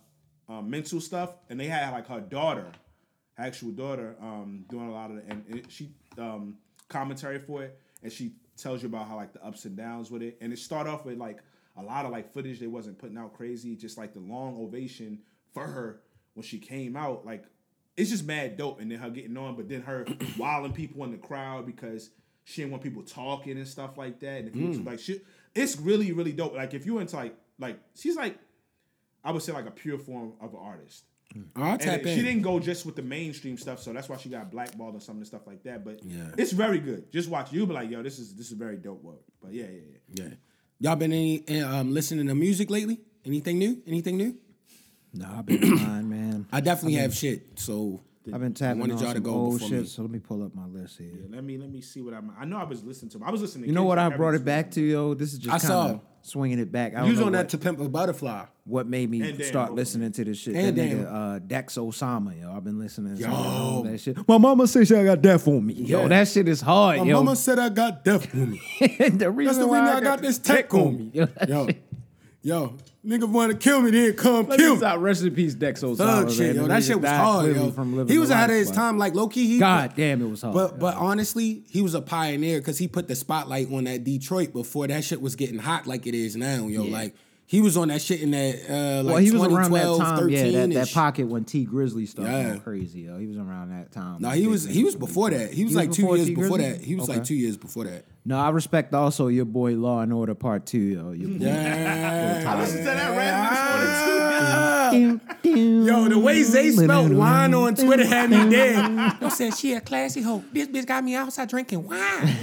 E: uh, uh mental stuff and they had like her daughter, her actual daughter, um doing a lot of the, and and it, she um commentary for it and she tells you about how like the ups and downs with it and it start off with like a lot of like footage they wasn't putting out crazy just like the long ovation for her when she came out like it's just mad dope and then her getting on but then her wilding people in the crowd because she didn't want people talking and stuff like that and if
C: Mm.
E: you like she, it's really really dope like if you into like like she's like i would say like a pure form of an artist
D: I'll tap
E: And she
D: in.
E: didn't go just with the mainstream stuff, so that's why she got blackballed or something and stuff like that. But
D: Yeah.
E: it's very good. Just watch. You'll be like, yo, this is this is very dope work. But yeah, yeah, yeah.
D: Yeah. Y'all been any um, listening to music lately? Anything new? Anything new?
C: Nah, I've been fine, man.
D: I definitely have shit. So
C: I've been tapping
D: wanted
C: on
D: y'all to
C: some
D: go
C: old
D: before
C: shit,
D: me.
C: so let me pull up my list here.
E: Yeah, Let me let me see what I'm. I know I was listening to. I was listening. to
C: You know
E: Kendrick
C: what I
E: Lamar.
C: brought it back to, yo? This is
D: I
C: just
D: saw
C: kind
D: him.
C: of swinging it back. I
D: you
C: don't
D: was
C: know
D: on that
C: what,
D: to pimp a butterfly.
C: what made me
E: And Dan
C: start
E: Goldman.
C: listening to this shit.
D: And
C: That
D: Dan
C: nigga, uh, Dax Osama, yo. I've been listening to
D: Yo.
C: all that shit. My mama says she got death on me. Yo,
D: Yeah.
C: that shit is hard,
D: My
C: yo.
D: mama said I got death on me.
C: the reason
D: That's the
C: why
D: reason I got this tech on me.
C: Yo,
D: Yo, yo, nigga want to kill me, then come
C: Let
D: kill
C: me
D: me.
C: stop. Rest in peace, Dex Osama.
D: Thug shit,
C: man.
D: yo.
C: The
D: That
C: nigga
D: shit was
C: died
D: hard,
C: clearly
D: yo.
C: from living
D: He
C: the
D: was ahead
C: life,
D: of his
C: but-
D: time. Like low key, he
C: God damn, it was hard.
D: But but
C: yo.
D: honestly, he was a pioneer because he put the spotlight on that Detroit before that shit was getting hot like it is now, yo. Like he was on that shit in that uh, like
C: well, he was around
D: 2012,
C: that time,
D: 13
C: yeah, that,
D: and
C: that
D: shit.
C: pocket when T Grizzly started
D: Yeah.
C: going crazy. Yo. He was around that time.
D: No, he was he was before that. He was like two
C: before
D: years
C: T
D: before
C: Grizzly?
D: that. He was
C: Okay.
D: like two years before that.
C: No, I respect also your boy Law and Order Part Two, yo. Your boy.
D: Yeah.
E: I listened to that rap.
D: Yo,
C: Yo,
D: the way Zay
C: Mm-hmm.
D: spelled wine on Twitter had me dead. Yo said she a classy hoe. This bitch got me outside drinking wine.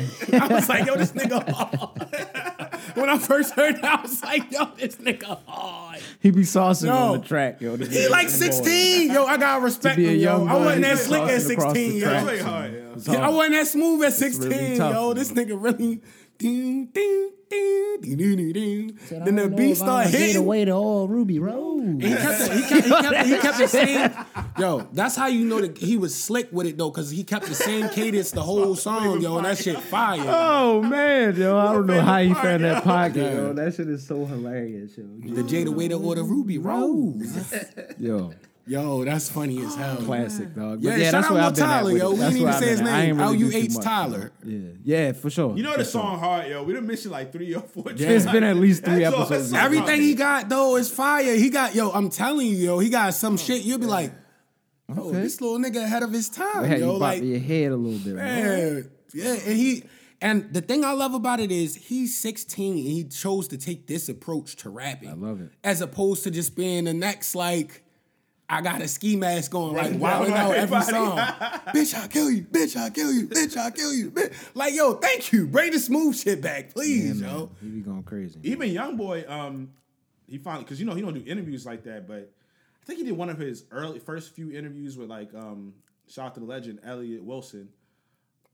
D: I was like, yo, this nigga hard. when I first heard that, I was like, yo, this nigga hard.
C: He be saucing
D: Yo.
C: on the track, yo. This
D: He
C: nigga
D: like
C: was a boy.
D: 16. Yo, I got respect
C: To be a
D: him, yo.
C: young
D: I
C: boy,
D: wasn't that
C: he's
D: slick at
C: crossing across the
D: 16, yo.
E: That's
C: track.
E: really hard. Yeah.
C: hard.
D: I wasn't that smooth at 16,
C: really tough,
D: yo.
C: man.
D: This nigga really. Doo, doo, doo, doo, doo, doo, doo.
C: Said, I
D: Then the
C: don't know if
D: beat
C: I
D: started
C: wanna get
D: hitting.
C: away to all Ruby Road.
D: He kept, it, he, kept, he, kept, he kept the same. Yo, that's how you know that he was slick with it though, because he kept the same cadence the whole song, yo, and that shit fire.
C: Oh man, yo, I don't know how you found that pocket,
D: Yeah.
C: yo. That shit is so hilarious, yo.
D: The Jada Waiter or the Ruby Rose.
C: Yo,
D: Yo, that's funny as hell.
C: classic dog. But
D: Yeah,
C: yeah,
D: shout
C: that's
D: out
C: where
D: Mo
C: I've been at
D: Tyler,
C: with
D: yo.
C: it.
D: We
C: That's
D: didn't
C: where
D: even
C: I've
D: say
C: been
D: his
C: at. I
D: name.
C: ain't really do too
D: LUH
C: much,
D: Tyler.
C: yo. Yeah, yeah, for sure.
E: You know
C: for
E: the
C: sure.
E: song hard, yo. We done mentioned like three or four. times.
C: It's been at least three
E: That's all-
C: episodes.
E: that's all
D: Everything
E: hard.
D: he got though is fire. He got yo. I'm telling you, yo. He got some shit. You'll be like, oh,
C: Okay.
D: this little nigga ahead of his time,
C: Had you
D: yo.
C: bopping
D: Like,
C: your head a little bit. man.
D: Yeah, yeah, and he and the thing I love about it is he's 16 and he chose to take this approach to rapping. I
C: love it.
D: As opposed to just being the next like I got a ski mask on, like
E: Running
D: wilding
E: down
D: out
E: on
D: every
E: everybody.
D: song. bitch, I'll kill you, bitch, I'll kill you, bitch, I'll kill you. Bitch. Like, yo, thank you. Bring the smooth shit back, please,
C: Man,
D: yo.
C: He be going crazy.
E: Even Young Boy, um, he finally because you know he don't do interviews like that, but I think he did one of his early first few interviews with like um, shout out to the legend Elliot Wilson.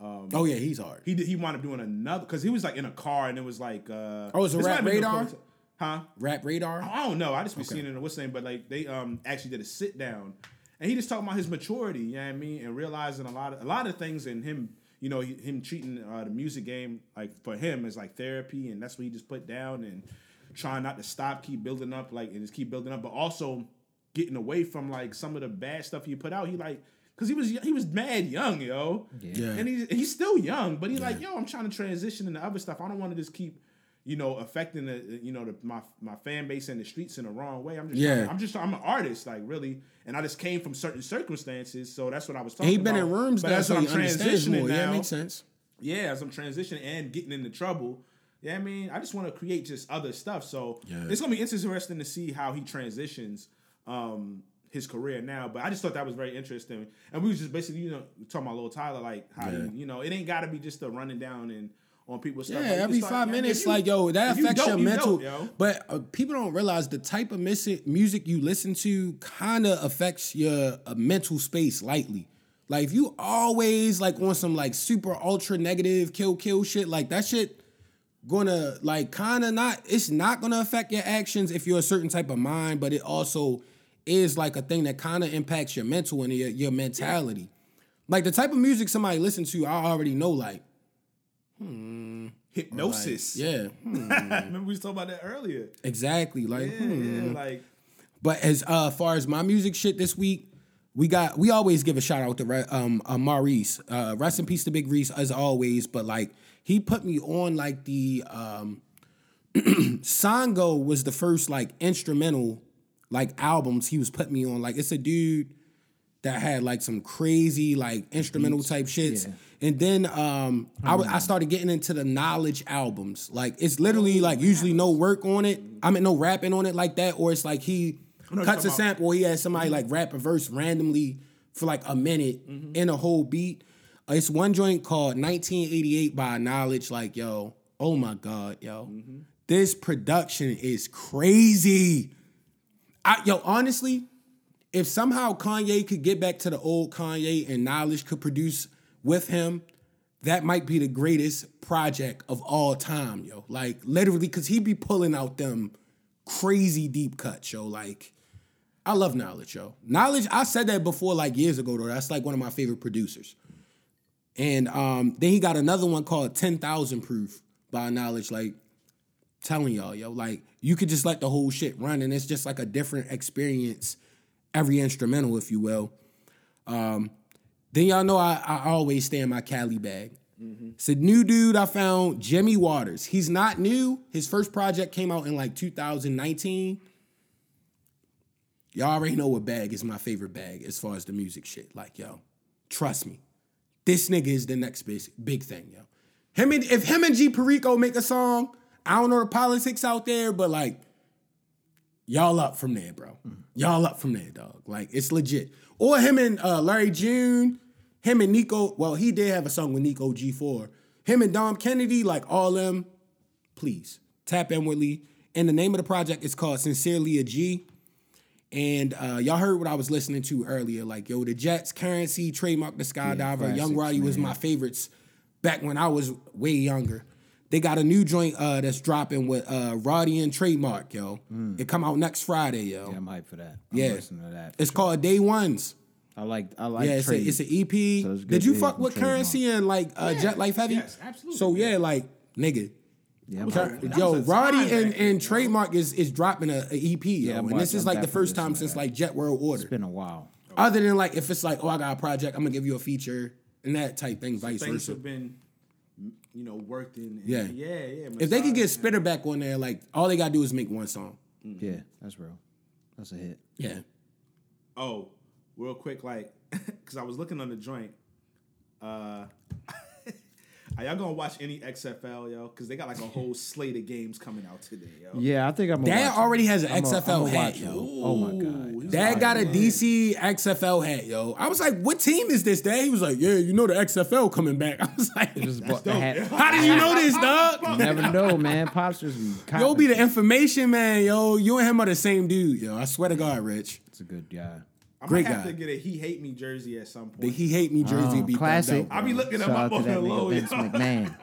D: Oh yeah, he's hard.
E: He did, he wound up doing another because he was like in a car and it was like uh,
D: Oh, it's a
E: this
D: Rap
E: might have been
D: Radar?
E: before- huh?
D: Rap radar.
E: I don't know. I just be seeing it in the what's name, but like they um actually did a sit down, and he just talked about his maturity. You know what I mean? And realizing a lot of a lot of things in him. You know, he, him treating uh, the music game like for him is like therapy, and that's what he just put down and trying not to stop, keep building up, like and just keep building up, but also getting away from like some of the bad stuff he put out. He like. Cause he was he was mad young, yo,
D: Yeah.
E: and he's he's still young, but he like yo, I'm trying to transition into other stuff. I don't want to just keep you know, affecting the you know the, my my fan base and the streets in the wrong way. I'm just
D: Yeah.
E: trying- I'm just I'm an artist, like really, and I just came from certain circumstances, so that's what I was talking.
D: He been
E: about.
D: in rooms
E: but
D: now,
E: that's
D: so
E: what I'm
D: he understands
E: transitioning
D: more.
E: now.
D: Yeah, makes sense.
E: Yeah, as I'm transitioning and getting into trouble. Yeah, I mean, I just want to create just other stuff. So
D: Yeah.
E: it's gonna be interesting to see how he transitions um his career now. But I just thought that was very interesting. And we was just basically, you know, talking about little Tyler, like how
D: Yeah.
E: you, you know, it ain't gotta be just the running down and on people's stuff.
D: Yeah,
E: Like, you
D: every
E: start-
D: five
E: I mean, if
D: minutes,
E: you-
D: like yo, that
E: if you
D: affects
E: dope,
D: your
E: you
D: mental.
E: dope, yo.
D: But uh, people don't realize the type of music music you listen to kind of affects your uh, mental space lightly. Like if you always like on some like super ultra negative kill kill shit, like that shit gonna like kind of not. It's not gonna affect your actions if you're a certain type of mind, but it also is like a thing that kind of impacts your mental and your, your mentality. Like the type of music somebody listens to, I already know. Like
E: hypnosis.
D: yeah. hmm,
E: remember we was talking about that earlier.
D: Exactly. Like,
E: Yeah,
D: hmm.
E: yeah, like
D: but as uh, far as my music shit this week, we got we always give a shout out to Re- um uh, Maurice. Uh, rest in peace to Big Reese as always. But like he put me on like the um Sango was the first like instrumental like albums he was putting me on. Like it's a dude that had like some crazy like instrumental type shits. And then um I, w- I started getting into the knowledge
E: Oh,
D: albums. Like it's literally like usually no work on it. I mean no rapping on it like that, or it's like he
E: you're
D: cuts
E: talking
D: a
E: about-
D: sample. He has somebody like rap a verse randomly for like a minute in a whole beat. Uh, It's one joint called 1988 by Knowledge. Like yo, oh my god, yo, this production is crazy. I, yo, honestly, if somehow Kanye could get back to the old Kanye and Knowledge could produce with him, that might be the greatest project of all time, yo. Like literally, cause he be pulling out them crazy deep cuts, yo. Like, I love Knowledge, yo. Knowledge, I said that before, like years ago, though. That's like one of my favorite producers. And um, then he got another one called 10,000 Proof by Knowledge. Like, telling y'all, yo, like you could just let the whole shit run and it's just like a different experience, every instrumental, if you will. Um, then y'all know I, I always stay in my Cali bag. It's a new dude I found, Jimmy Waters. He's not new. His first project came out in like 2019. Y'all already know what bag is my favorite bag as far as the music shit. Like, yo, trust me. This nigga is the next big, big thing, yo. Him and if him and G Perico make a song, I don't know the politics out there, but like, y'all up from there, bro. Y'all up from there, dog. Like, it's legit. Or him and uh, Larry June, him and Nico. Well, he did have a song with Nico G4. Him and Dom Kennedy, like all them, please tap inwardly. And the name of the project is called Sincerely a G. And uh, y'all heard what I was listening to earlier. Like, yo, the Jets, Currency, Trademark the Skydiver, Young
C: classics,
D: Roddy was my favorites back when I was way younger. They got a new joint uh, that's dropping with uh, Roddy and Trademark, yo. It come out next Friday, yo.
C: Mm. I'm hyped for that. I'm
D: Yeah.
C: listening to that.
D: It's called Day Ones.
C: I like. I like.
D: yeah, it's, a,
C: Trade.
D: it's an EP.
C: So it's good
D: Did you
C: to hear
D: fuck
C: from
D: with
C: Trademark.
D: Currency and like uh, Jet Life Heavy?
E: yes, absolutely,
D: So
E: yeah.
D: yeah, like nigga.
C: Yeah, I'm
D: Cur-
C: hyped for that.
D: yo,
E: was a
D: Roddy
E: time
D: and,
E: back then,
D: and
E: yo.
D: Trademark is is dropping a, a EP, yo.
C: Yeah, I'm
D: and this
C: watching-
D: is
C: I'm
D: like the
C: definitely
D: first time
C: listening to
D: since
C: that.
D: like Jet World Order.
C: It's been a while.
D: Other than like if it's like, oh, I got a project, I'm gonna give you a feature and that type thing, vice
E: Things
D: versa.
E: have been, you know, worked in. and-
D: Yeah.
E: yeah, yeah.
D: If they could
E: massaged
D: get
E: and-
D: Spitter back on there, like all they gotta do is make one song.
C: Yeah, that's real. That's a hit.
D: Yeah.
E: Oh, real quick, like, because I was looking on the joint. Uh, are y'all gonna watch any XFL, yo? Because they got like a whole slate of games coming out today, yo.
C: Yeah, I think I'm.
D: Dad already has an XFL hat, yo.
C: Oh my god.
D: Dad got a
E: Alright,
D: DC XFL hat, yo. I was like, what team is this, Dad? He was like, yeah, you know the XFL coming back. I was like,
C: Just bought the hat.
D: how did you know this, dog?
C: Never know, man. Pops just be.
D: Yo, be the
C: copping.
D: information man, yo. You and him are the same dude, yo. I swear to God, Rich.
C: It's a good guy.
E: I
D: great
E: might have
D: guy.
E: to get a he hate me jersey at some point.
D: The He Hate Me jersey
C: Oh,
D: be
C: classic.
D: classic.
E: I be looking
C: Shout
E: them up
C: out to
E: on
C: that
E: the low,
C: nigga Vince
E: yo.
C: McMahon.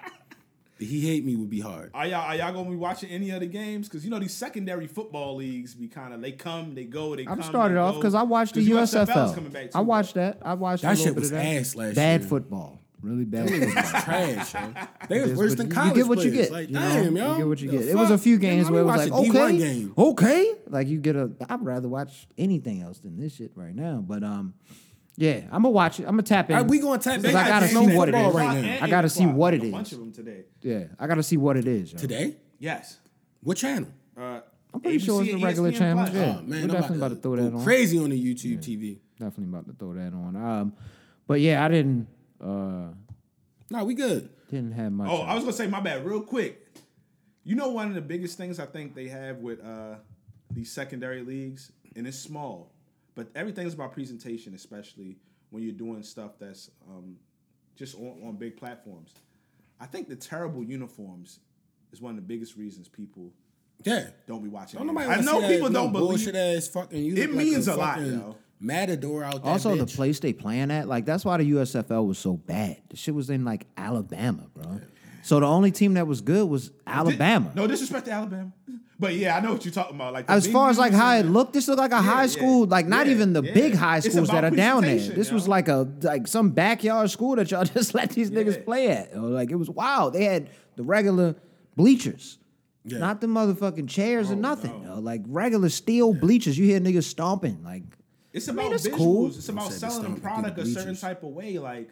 D: The He Hate Me would be hard.
E: Are y'all are y'all gonna be watching any other games? Because you know these secondary football leagues be kind of they come, they go, they.
C: I'm
E: come,
C: started
E: they
C: off
E: go.
C: because I watched the
E: 'Cause USFL is coming
C: USFL.
E: back
C: I
E: too,
C: watched
E: bro.
C: that. I watched
D: That
C: a little
D: shit
C: bit
D: was
C: of that.
D: ass last
C: Bad
D: year.
C: football. Really bad. football.
D: Trash, yo. They was
C: is,
D: worse
C: but
D: than
C: you
D: college.
C: get what you
D: players.
C: get.
D: Like,
C: you know?
D: damn, yo.
C: You get what you
D: The
C: get. It was a
D: fuck?
C: few
D: Damn,
C: games
D: I
C: where it
D: only
C: was like,
D: watched a D1
C: okay,
D: game.
C: okay. Like you get a. I'd rather watch anything else than this shit right now. But um, yeah, I'm gonna watch it. I'm gonna tap in.
D: All right, we gonna tap
C: Because
D: in.
C: I gotta
D: They got
C: see
D: no
C: what it
D: football
C: is.
D: right now.
C: I gotta see what it
E: A
C: is.
E: bunch of them today.
C: Yeah, I gotta see what it is. Yo.
D: Today?
E: Yes.
D: What channel?
E: Uh,
C: I'm pretty sure it's
E: ABC
C: a
E: and E
C: regular
E: ESPN
C: channel.
E: Plus.
C: Yeah,
D: Oh, man,
C: we're
D: I'm
C: definitely about to throw that
D: go
C: on.
D: Crazy on the YouTube TV.
C: Definitely about to throw that on. Um, but yeah, I didn't uh
D: Nah, we good.
C: didn't have much.
E: Oh, I was gonna say my bad, real quick. You know, one of the biggest things I think they have with uh, these secondary leagues, and it's small, but everything's about presentation, especially when you're doing stuff that's um, just on, on big platforms. I think the terrible uniforms is one of the biggest reasons people
D: Yeah.
E: don't be watching.
D: Don't
E: it.
D: nobody
E: I
D: wanna
E: know
D: see that
E: people
D: no
E: don't believe.
D: bullshit ass fucking. You
E: It
D: look like
E: means a lot,
D: fucking
E: yo.
D: Matador out there.
C: also, the
D: bitch.
C: place they playing at, like that's why the USFL was so bad. The shit was in like Alabama, bro. So the only team that was good was Alabama.
E: No disrespect to Alabama, but yeah, I know what you're talking about. Like the
C: as
E: big
C: far as like how it
E: uniforms.
C: looked, this looked like a high
E: yeah,
C: school, like not
E: yeah,
C: even the
E: yeah.
C: big high
E: It's
C: schools that are
E: about
C: down there.
E: presentation,
C: This was
E: yo.
C: like a like some backyard school that y'all just let these
E: Yeah.
C: niggas play at. Or, Like it was wild. They had the regular bleachers. Not the motherfucking
E: Oh,
C: chairs or nothing. yo. Like regular steel bleachers. You hear niggas stomping. Like
E: It's
C: I
E: about
C: mean, it's
E: visuals.
C: cool.
E: It's about
D: said it's
E: selling
D: starting to
E: a
D: do the
E: product a certain
D: bleachers.
E: type of way. Like,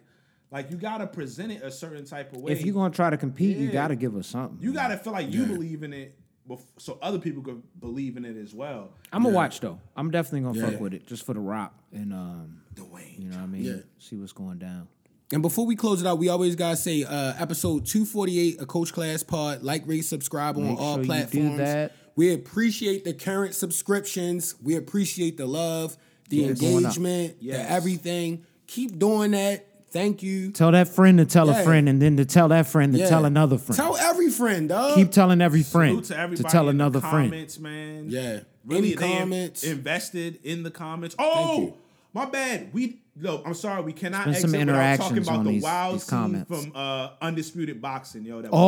E: like you gotta present it a certain type of way.
C: if you're gonna try to compete, you
E: Yeah.
C: gotta give us something.
E: you gotta feel like you believe in it, bef- so other people could believe in it as well.
C: I'm gonna watch though. I'm definitely gonna fuck
D: Yeah.
C: with it just for the rock and um
D: Dwayne.
C: you know what I mean?
D: Yeah.
C: See what's going down.
D: And before we close it out, we always gotta say uh, episode two forty eight, a coach class pod. Like, rate, subscribe on all
C: sure you do
D: platforms.
C: that.
D: We appreciate the current subscriptions. We appreciate the love, the
C: Keep it going up.
D: engagement,
E: Yes.
D: the everything. Keep doing that. Thank you.
C: Tell that friend to tell
D: Yeah.
C: a friend, and then to tell that friend to
D: Yeah.
C: tell another friend.
D: Tell every friend, dog.
C: Keep telling every friend
E: Salute to
C: to,
E: everybody
C: tell
E: in
C: another
E: the
C: friend.
E: comments, man.
D: Yeah.
E: Really,
D: Any
E: they in-
D: comments?
E: invested in the comments. Oh,
D: you.
E: my bad. We no, I'm sorry. We cannot
C: been
E: exit
C: some
E: without talking
C: interactions
E: about
C: on
E: the
C: these-
E: wild
C: these
E: scene
C: comments.
E: from uh, Undisputed Boxing, yo. That was,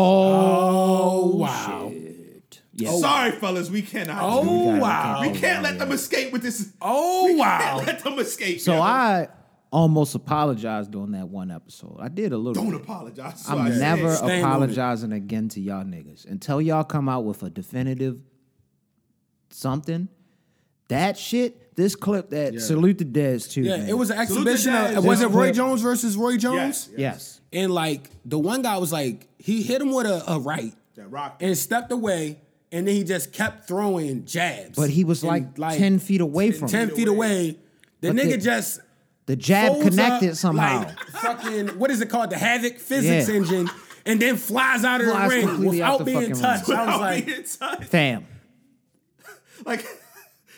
C: Oh,
D: wow.
C: shit. Yeah.
E: sorry, fellas, we cannot.
D: Oh,
E: do it.
D: wow.
E: we can't let them escape with this.
D: Oh,
E: we can't
D: wow.
E: let them escape.
C: So
E: yo.
C: I almost apologized on that one episode. I did a little.
E: don't
C: bit.
E: apologize. That's what I
C: I'm
E: said.
C: never
D: Stand on it.
C: apologizing again to y'all niggas until y'all come out with a definitive something. That shit, this clip that salute the deads too.
D: Yeah,
C: man.
D: it was an
E: Salute to
D: exhibition.
E: Jazz.
D: Of, was it
C: Just
D: Roy
C: quit.
D: Jones versus Roy Jones?
E: Yes,
C: yes.
D: And like the one guy was like, he hit him with a, a right
E: That rock.
D: and stepped away, and then he just kept throwing jabs.
C: But he was
D: And,
C: like, ten feet away from
D: 10
C: it.
D: feet away. The
C: But
D: nigga
C: the-
D: just
C: The jab
D: folds
C: connected
D: up
C: somehow.
D: Like fucking what is it called? The Havoc physics
C: Yeah.
D: engine, and then flies out of
C: Flies
D: the ring
C: completely out
D: without
C: the fucking
D: being
C: ring.
D: touched. I was
E: Without
D: like,
E: being in touch.
C: Fam,
E: like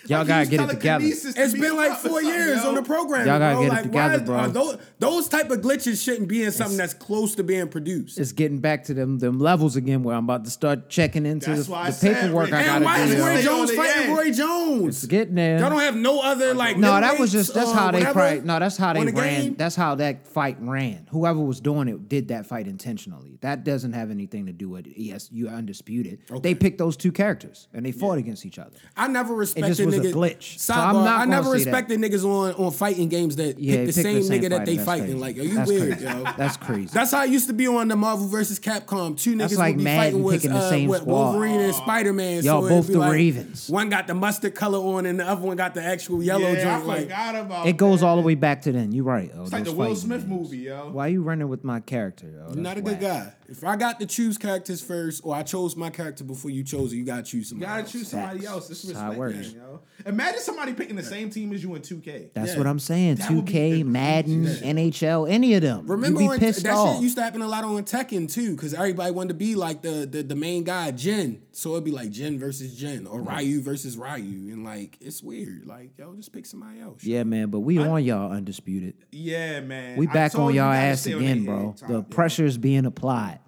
C: Y'all
E: like he
C: gotta
E: was
C: get it
E: telekinesis
C: together.
E: to
D: It's
E: be
D: been like
E: up or
D: four
E: something,
D: years
E: yo.
D: on the program.
C: Y'all gotta
D: bro.
C: get it
D: like,
C: together,
D: why,
C: bro.
D: Are those, those type of glitches shouldn't be in something that's close to being produced.
C: it's getting back to them them levels again where I'm about to start checking into the,
E: That's why I
C: the
E: said,
C: paperwork
E: Rick.
C: I
D: And
E: gotta
D: why
C: got to
D: is
E: do
D: Roy
E: it.
D: Jones
E: Stay on the
D: fighting
E: edge.
D: Roy Jones?
C: It's getting there.
D: Y'all don't have no other like.
C: No,
D: new
C: that was
D: weights
C: just that's
D: or
C: how they
D: whatever
C: probably no, that's how they
D: on the
C: ran.
D: game?
C: That's how that fight ran. Whoever was doing it did that fight intentionally. That doesn't have anything to do with yes, you are undisputed. They picked those two characters and they fought against each other.
D: I never respected
C: was a
D: niggas.
C: glitch.
D: Sidebar,
C: So I'm not
D: I never
C: gonna say that.
D: respected niggas on, on fighting games that
C: Yeah,
D: pick the
C: they picked
D: same, nigga that
C: fighter.
D: they
C: That's
D: fighting.
C: crazy.
D: Like, are you
C: That's
D: weird,
C: crazy.
D: yo?
C: That's crazy.
D: That's how it used to be on the Marvel versus Capcom. Two niggas
C: That's like
D: would be
C: Madden
D: fighting with,
C: picking the
D: uh,
C: same
D: with
C: squad.
D: Wolverine and Spider Man.
C: Y'all
D: so it'd
C: both
D: be
C: the
D: like,
C: Ravens.
D: One got the mustard color on, and the other one got the actual yellow
E: Yeah,
D: joint.
E: I
D: Like,
E: forgot about
C: It goes
E: that.
C: all the way back to then. You're right. Oh,
E: It's like the
C: those
E: Will
C: fighting
E: Smith
C: games.
E: movie, yo.
C: Why you running with my character? Oh,
D: I'm not a good guy. If I got to choose characters first, or I chose my character before you chose it, you gotta choose
E: You
D: somebody.
E: gotta
D: else.
E: choose somebody
C: Facts.
E: else. This
C: That's how it
E: respect,
C: works.
E: man, yo. Imagine somebody picking the same team as you in 2K.
C: That's
D: Yeah.
C: what I'm saying.
E: That would be
C: 2K,
E: the
C: Madden,
E: craziest shit.
C: NHL, any of them.
D: Remember
C: You'd
D: on,
C: be pissed
D: that
C: off.
D: shit used to happen a lot on Tekken too, because everybody wanted to be like the, the the main guy, Jin. So it'd be like Jin versus Jin or Ryu versus Ryu, and like it's weird. Like yo, just pick somebody else.
C: yeah, man, but we on y'all undisputed.
E: Yeah, man.
C: We
E: I
C: back
E: told
C: on
E: you
C: y'all
E: gotta
C: ass
E: stay on
C: again,
E: that
C: bro.
E: head top,
C: the
E: yo.
C: pressure is being applied.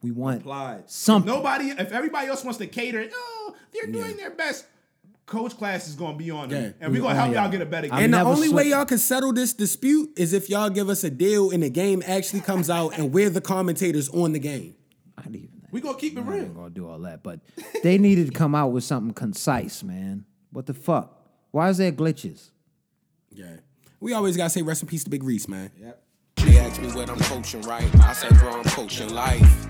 C: We want
E: Applied. If
C: something.
E: Nobody. If everybody else wants to cater, oh, they're doing their best. Coach class is gonna be on them,
D: Yeah.
E: and
C: We
E: we're gonna
C: on
E: help y'all
C: y'all.
E: get a better
C: Oh, I'm
E: game.
D: And the
C: never
D: only way
C: switching.
D: y'all can settle this dispute is if y'all give us a deal and the game actually comes out and we're the commentators on the game.
C: I didn't even.
E: we gonna keep it
C: I
E: real.
C: ain't gonna do all that, but they needed to come out with something concise, man. What the fuck? Why is there glitches?
D: Yeah. We always gotta say rest in peace to Big Reese, man.
A: They ask me what I'm coaching, right? I said, bro, I'm coaching life.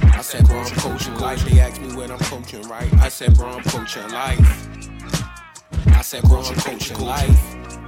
A: I said, bro, I'm coaching life. They ask me what I'm coaching, right? I said, bro, I'm coaching life. I said, bro, I'm coaching life.